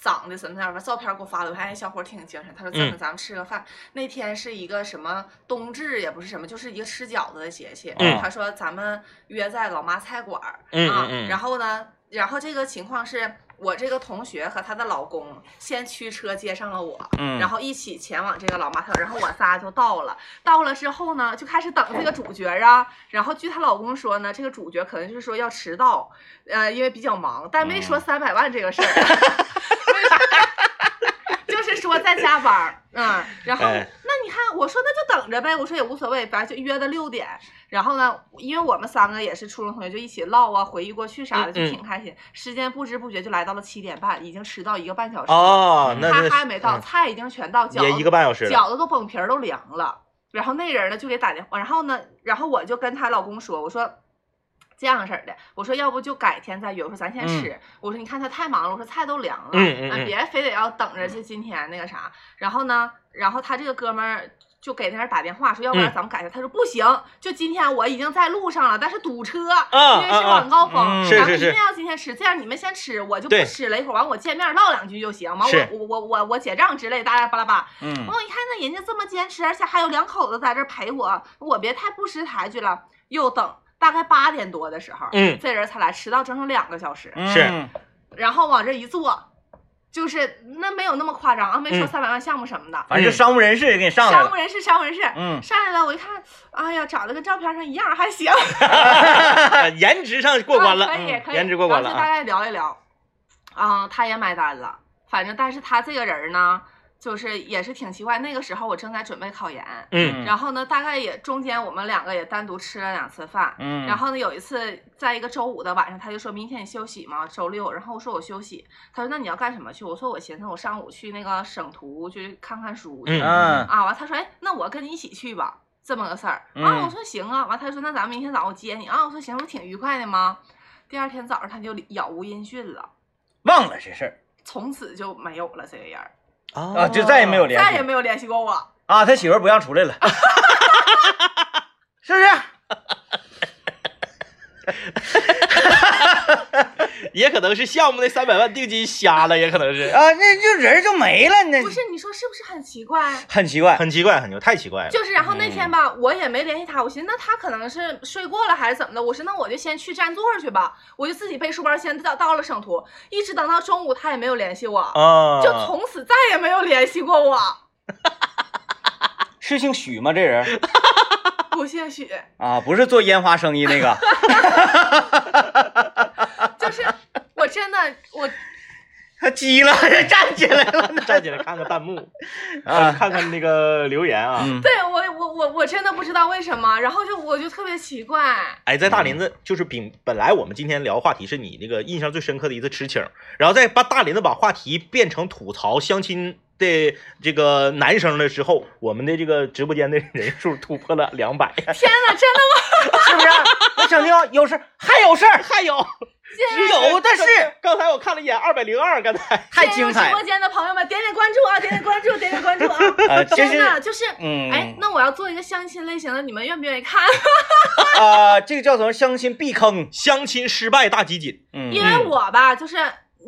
Speaker 3: 长得什么样儿？把照片给我发了。我看哎，小伙儿挺精神。他说：‘咱
Speaker 1: 嗯
Speaker 3: 们咱们吃个饭。那天是一个什么冬至，也不是什么，就是一个吃饺子的节气。
Speaker 1: 嗯
Speaker 3: 他说：‘咱们约在老妈菜馆儿。
Speaker 1: 嗯
Speaker 3: 啊
Speaker 1: 嗯嗯
Speaker 3: 然后呢，然后这个情况是。我这个同学和她的老公先驱车接上了我，
Speaker 2: 嗯
Speaker 3: 然后一起前往这个老妈菜馆，然后我仨就到了。到了之后呢，就开始等这个主角啊。然后据她老公说呢，这个主角可能就是说要迟到，呃，因为比较忙，但没
Speaker 1: 嗯
Speaker 3: 说三百万这 个事儿，就是说在加班儿。嗯，然后、
Speaker 1: 哎
Speaker 3: 那你看，我说那就等着呗，我说也无所谓，反正就约的六点。然后呢，因为我们三个也是初中同学，就一起唠啊，回忆过去啥的，就
Speaker 1: 嗯嗯
Speaker 3: 挺开心。时间不知不觉就来到了七点半，已经迟到一个半小时。
Speaker 1: 哦，那
Speaker 3: 他
Speaker 1: 那
Speaker 3: 还没到，
Speaker 1: 嗯
Speaker 3: 菜已经全到，饺
Speaker 1: 也
Speaker 3: 子
Speaker 1: 一个半小时了。
Speaker 3: 饺子都绷皮儿都凉了。然后那人呢就给打电话，然后呢，然后我就跟她老公说，我说这样式儿的，我说要不就改天再约，我说咱先吃，我说你看他太忙了，我说菜都凉了，
Speaker 1: 嗯嗯
Speaker 3: 啊
Speaker 1: 嗯
Speaker 3: 别非得要等着去今天那个啥。然后呢，然后他这个哥们儿。就给那人打电话说，要不然
Speaker 1: 嗯
Speaker 3: 咱们改一下。他说不行，就今天我已经在路上了，但是堵车，
Speaker 1: 啊
Speaker 3: 因为是
Speaker 1: 啊啊
Speaker 3: 晚高峰，
Speaker 2: 嗯
Speaker 1: 是
Speaker 3: 咱们
Speaker 1: 是
Speaker 3: 一
Speaker 1: 是
Speaker 3: 定要今天吃。这样你们先吃，我就不
Speaker 1: 对
Speaker 3: 吃了。一会儿完我见面唠两句就行。完
Speaker 1: 是
Speaker 3: 我我我我我结账之类，大家巴拉巴拉。
Speaker 2: 嗯
Speaker 3: 我一看那人家这么坚持，而且还有两口子在这儿陪我，我别太不识抬举了。又等大概八点多的时候，
Speaker 1: 嗯
Speaker 3: 这人才来，迟到整整两个小时。
Speaker 1: 是
Speaker 2: 嗯
Speaker 3: 然后往这一坐，就是那没有那么夸张啊，没说
Speaker 1: 嗯
Speaker 3: 三百万项目什么的。
Speaker 2: 反正就商务人士给你上来
Speaker 3: 商务
Speaker 2: 了。
Speaker 3: 人士，商务人士，
Speaker 2: 嗯
Speaker 3: 上来了，我一看，哎呀，长得跟照片上一样，还行，
Speaker 1: 颜值上过关了，
Speaker 3: 啊可以
Speaker 1: 嗯
Speaker 3: 可以，
Speaker 1: 颜值过关了
Speaker 3: 然后就大
Speaker 1: 啊。
Speaker 3: 概聊一聊，啊、他也买单了，反正但是他这个人呢，就是也是挺奇怪。那个时候我正在准备考研，
Speaker 1: 嗯
Speaker 3: 然后呢，大概也中间我们两个也单独吃了两次饭。
Speaker 2: 嗯，
Speaker 3: 然后呢，有一次在一个周五的晚上，他就说明天你休息吗？周六，然后我说我休息，他说那你要干什么去？我说我寻思我上午去那个省图去看看书去。
Speaker 1: 嗯
Speaker 2: 嗯
Speaker 3: 啊，完他说哎，那我跟你一起去吧，这么个事儿。
Speaker 2: 嗯
Speaker 3: 啊，我说行啊，完他说那咱们明天早上我接你啊，我说行，不挺愉快的吗？第二天早上他就杳无音讯了，
Speaker 2: 忘了这事儿
Speaker 3: 从此就没有了这个人儿，
Speaker 1: 哦
Speaker 2: 啊，就再也没有联
Speaker 3: 哦再也
Speaker 2: 系
Speaker 3: 没有联系过我。
Speaker 2: 啊，他媳妇儿不让出 来了，是不啊是？
Speaker 1: 也可能是项目那三百万定金瞎了，也可能是。
Speaker 2: 啊，那就人儿就没了，那
Speaker 3: 不是你说是不是很奇怪？
Speaker 2: 很奇怪。
Speaker 1: 很奇怪，很奇怪，太奇怪了。
Speaker 3: 就是，然后那
Speaker 2: 嗯
Speaker 3: 天吧，我也没联系他，我寻思那他可能是睡过了还是怎么的，我说那我就先去占座去吧，我就自己背书包先到到了省图，一直等到中午他也没有联系我，
Speaker 2: 哦
Speaker 1: 啊，
Speaker 3: 就从此再也没有联系过我，
Speaker 2: 是姓许吗？这人
Speaker 3: 不姓许，
Speaker 2: 啊，不是做烟花生意 那个。
Speaker 3: 就是我真的我
Speaker 2: 他急了， 站起来了 呢。
Speaker 1: 站起来看看弹 幕，
Speaker 2: 啊
Speaker 1: 看看那个留言啊。
Speaker 2: 嗯，
Speaker 3: 对我我我我真的不知道为什么，然后就我就特别奇 怪，
Speaker 1: 哎，在大林
Speaker 3: 嗯
Speaker 1: 子就是比本来我们今天聊话题是你那个印象最深刻的一次吃请，然后再把大林子把话题变成吐槽相亲的这个男生了之后，我们的这个直播间的人数突破了两 百，
Speaker 3: 天哪，真的
Speaker 2: 是不是？我想听有事儿还有事儿，
Speaker 1: 还有
Speaker 3: 吗？
Speaker 2: 有的是，
Speaker 1: 刚才我看了一眼二百零二，刚才
Speaker 2: 太精
Speaker 3: 进入直
Speaker 2: 彩
Speaker 3: 播
Speaker 2: 了。
Speaker 3: 间的朋友们点点关注啊，点点关注，点点 关注啊！
Speaker 2: 啊，其
Speaker 3: 真
Speaker 2: 实
Speaker 3: 的就是，
Speaker 2: 嗯
Speaker 3: 哎，那我要做一个相亲类型的，你们愿不愿意看？
Speaker 2: 啊，这个叫什么？相亲避坑。
Speaker 1: 相亲失败大集锦，
Speaker 2: 嗯
Speaker 3: 因为我吧，就是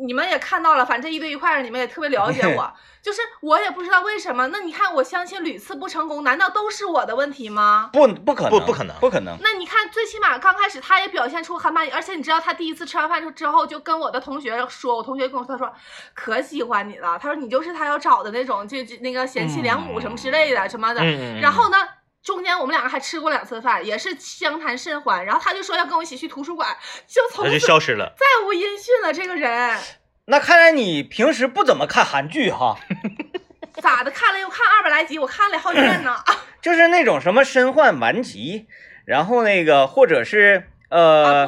Speaker 3: 你们也看到了，反正一对一块儿，你们也特别了解我，就是我也不知道为什么。那你看我相亲屡次不成功，难道都是我的问题吗？
Speaker 2: 不不可能，
Speaker 1: 不不可能
Speaker 2: 不可能。
Speaker 3: 那你看，最起码刚开始他也表现出很满意，而且你知道他第一次吃完饭之后就跟我的同学说，我同学跟我说，他说可喜欢你了，他说你就是他要找的那种，就就那个贤妻良母什么之类的什么的。
Speaker 1: 嗯，
Speaker 3: 然后呢，中间我们两个还吃过两次饭，也是相谈甚欢。然后他就说要跟我一起去图书馆，就从
Speaker 1: 那就
Speaker 3: 此
Speaker 1: 消失了。
Speaker 3: 再无音讯了。这个人
Speaker 2: 那看来你平时不怎么看韩剧哈，
Speaker 3: 咋的？看了又看二百来集，我看了好几遍呢。
Speaker 2: 就是那种什么身患顽疾，然后那个或者是
Speaker 3: 啊，
Speaker 2: 呃，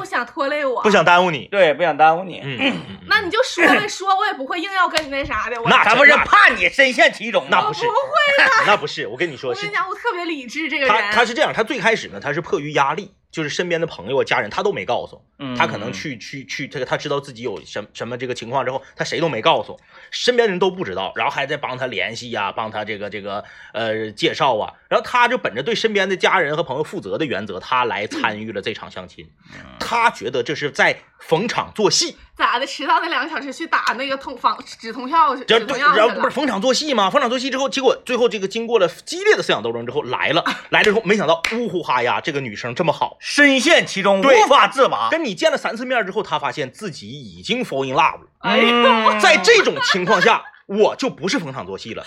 Speaker 3: 不想拖累我，
Speaker 1: 不想耽误你。
Speaker 2: 对，不想耽误你。
Speaker 1: 嗯，嗯嗯
Speaker 3: 那你就说 呗，说我也不会硬要跟你那啥的。我
Speaker 1: 那
Speaker 2: 咱们是
Speaker 1: 那
Speaker 2: 怕你深陷其中啊，
Speaker 1: 那
Speaker 3: 我
Speaker 1: 不
Speaker 3: 不
Speaker 1: 是
Speaker 3: 会，啊
Speaker 1: 那不是，我跟你说
Speaker 3: 我
Speaker 1: 是
Speaker 3: 跟你讲，我特别理智。这个
Speaker 1: 他他
Speaker 3: 人，
Speaker 1: 是这样，他最开始呢，他是迫于压力，就是身边的朋友啊、家人，他都没告诉。
Speaker 2: 嗯
Speaker 1: 他可能去去去，这个他知道自己有什什么这个情况之后，他谁都没告诉，身边人都不知道，然后还在帮他联系呀、帮他这个这个呃介绍啊，然后他就本着对身边的家人和朋友负责的原则，他来参与了这场相亲，
Speaker 2: 嗯
Speaker 1: 他觉得这是在逢场作戏，
Speaker 3: 咋的？迟到那两个小时去打那个通房止痛药，止
Speaker 1: 然后
Speaker 3: 痛
Speaker 1: 对，
Speaker 3: 药去
Speaker 1: 然后不是。
Speaker 3: 了
Speaker 1: 逢场作戏吗？逢场作戏之后，结果最后这个经过了激烈的思想斗争之后来了，来了之后没想到呜呼哈呀，这个女生这么好。
Speaker 2: 深陷其中
Speaker 1: 对
Speaker 2: 无法自拔。
Speaker 1: 跟你见了三次面之后，他发现自己已经 fall in love 了。
Speaker 3: 哎呀，
Speaker 2: 嗯
Speaker 1: 在这种情况下，我就不是逢场作戏了。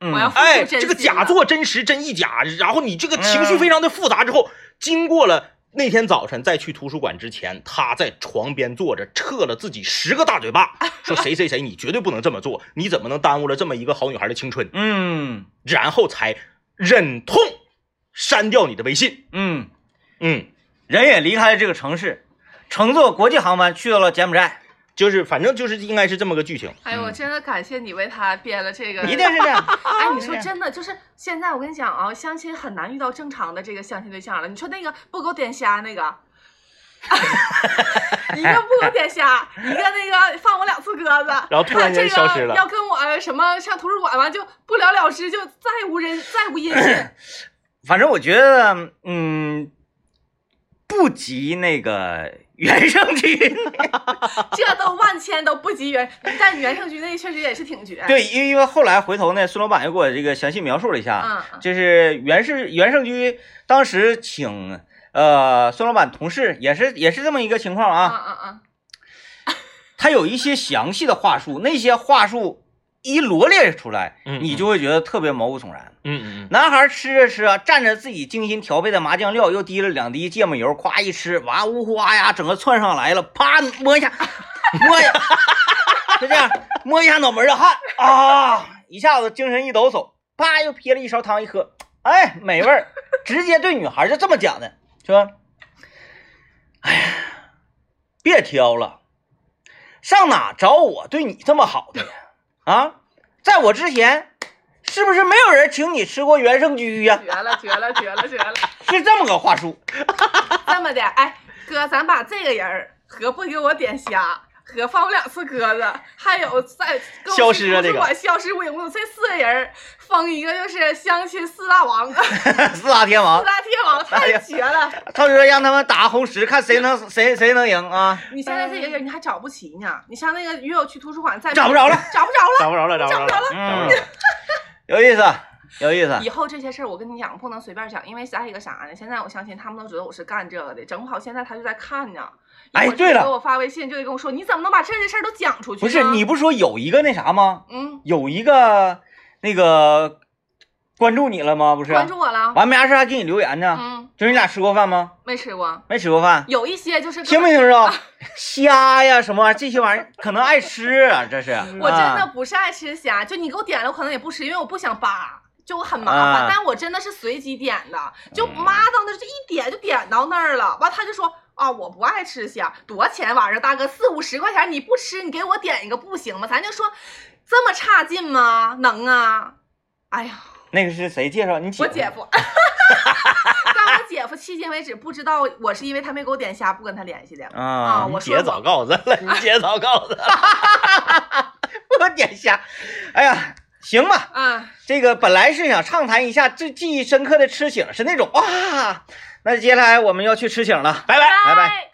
Speaker 2: 嗯
Speaker 3: 我要付
Speaker 1: 哎，
Speaker 3: 出真
Speaker 1: 这个
Speaker 3: 心了
Speaker 1: 假作真实，真亦假。然后你这个情绪非常的复杂。之后，经过了那天早晨在去图书馆之前，他在床边坐着，撤了自己十个大嘴巴，说谁谁谁，你绝对不能这么做，你怎么能耽误了这么一个好女孩的青春？
Speaker 2: 嗯
Speaker 1: 然后才忍痛删掉你的微信。
Speaker 2: 嗯，
Speaker 1: 嗯，
Speaker 2: 人也离开了这个城市，乘坐国际航班去到了柬埔寨，
Speaker 1: 就是反正就是应该是这么个剧情。
Speaker 3: 哎呦，我真的感谢你为他编了这个。
Speaker 2: 一定是这样。
Speaker 3: 哎，你说
Speaker 2: 是
Speaker 3: 真的，就是现在我跟你讲啊，相亲很难遇到正常的这个相亲对象了。你说那个不给我点虾那个， 一个不给我点虾，一个那个放我两次鸽子，
Speaker 1: 然后突然间消失了
Speaker 3: 这个要跟我呃什么上图书馆完就不了了之，就再无人再无音信。
Speaker 2: 反正我觉得，嗯，不及那个原生区。
Speaker 3: 这都万千都不及原，但原胜局那确实也是挺绝。
Speaker 2: 对，因为因为后来回头呢，孙老板又给我这个详细描述了一下，
Speaker 3: 嗯，嗯，
Speaker 2: 就是袁世袁胜居当时请呃孙老板同事，也是也是这么一个情况
Speaker 3: 嗯
Speaker 2: 啊。
Speaker 3: 嗯嗯，
Speaker 2: 他有一些详细的话术，那些话术一罗列出来，
Speaker 1: 嗯
Speaker 2: 你就会觉得特别毛骨悚然。
Speaker 1: 嗯嗯嗯，
Speaker 2: 男孩吃着吃啊，蘸着自己精心调配的麻酱料，又滴了两滴芥末油，夸一吃，哇呜呼哇呀，整个窜上来了，啪摸一下，摸一下，就这样摸一下脑门的汗啊，一下子精神一抖擞，啪又撇了一勺汤一喝，哎，美味儿，直接对女孩就这么讲的，说，哎呀，哎别挑了，上哪找我对你这么好的呀？啊，在我之前。是不是没有人请你吃过原生居呀、
Speaker 3: 啊绝了绝了绝了绝了！
Speaker 2: 是这么个话术。
Speaker 3: 这么的，哎，哥，咱把这个人儿和不给我点虾，和放我两次鸽子，还有在跟我
Speaker 1: 消失啊这
Speaker 3: 去图书
Speaker 1: 个
Speaker 3: 馆消失无影无踪，这四个人儿封一个就是相亲四大王，四
Speaker 2: 四大天王，
Speaker 3: 大天王太绝了！
Speaker 2: 他就说让他们打红石，看谁能谁谁能赢啊！
Speaker 3: 你现在这个人你还找不齐呢，你上那个约我去图书馆再
Speaker 2: 找不着了，
Speaker 3: 找不着了。
Speaker 1: 找不着了，找不着了，找
Speaker 2: 嗯
Speaker 1: 不着了。，
Speaker 2: 有意思，有意思。
Speaker 3: 以后这些事儿我跟你讲不能随便讲，因为再一个啥呢？现在我相信他们都知道我是干这个的，整不好现在他就在看呢。
Speaker 2: 哎
Speaker 3: 一会儿就
Speaker 2: 对了
Speaker 3: 给我发微信就得跟我说，你怎么能把这些事儿都讲出去呢？
Speaker 2: 不是你，不是说有一个那啥吗？
Speaker 3: 嗯，
Speaker 2: 有一个那个关注你了吗？不是，啊
Speaker 3: 关注我了，
Speaker 2: 完没啥事还给你留言呢。
Speaker 3: 嗯，
Speaker 2: 就是你俩吃过饭吗？
Speaker 3: 没吃过。
Speaker 2: 没吃过饭，
Speaker 3: 有一些就是
Speaker 2: 听
Speaker 3: 根
Speaker 2: 没
Speaker 3: 本
Speaker 2: 听着？虾呀什么玩意儿，这些玩意儿可能爱吃啊，这是。
Speaker 3: 嗯我真的
Speaker 2: 啊
Speaker 3: 不是爱吃虾，就你给我点了，我可能也不吃，因为我不想扒，就我很麻烦。
Speaker 2: 啊嗯
Speaker 3: 但我真的是随机点的，就妈到那儿这一点就点到那儿了。完，他就说啊，我不爱吃虾，多少钱玩意儿？大哥四五十块钱，你不吃，你给我点一个不行吗？咱就说这么差劲吗？能啊？哎呀，
Speaker 2: 那个是谁介绍？你
Speaker 3: 我
Speaker 2: 夫
Speaker 3: 姐夫。 但我姐夫迄今为止不知道我是因为他没给我点虾不跟他联系的啊！
Speaker 2: 啊
Speaker 3: 我说嗯
Speaker 1: 姐早
Speaker 3: 我
Speaker 1: 告诉他了，你姐早告诉他了。
Speaker 2: 我点虾，哎呀，行吧，
Speaker 3: 嗯，
Speaker 2: 这个本来是想畅谈一下最记忆深刻的吃请，是那种哇，那接下来我们要去吃请了，拜拜拜拜。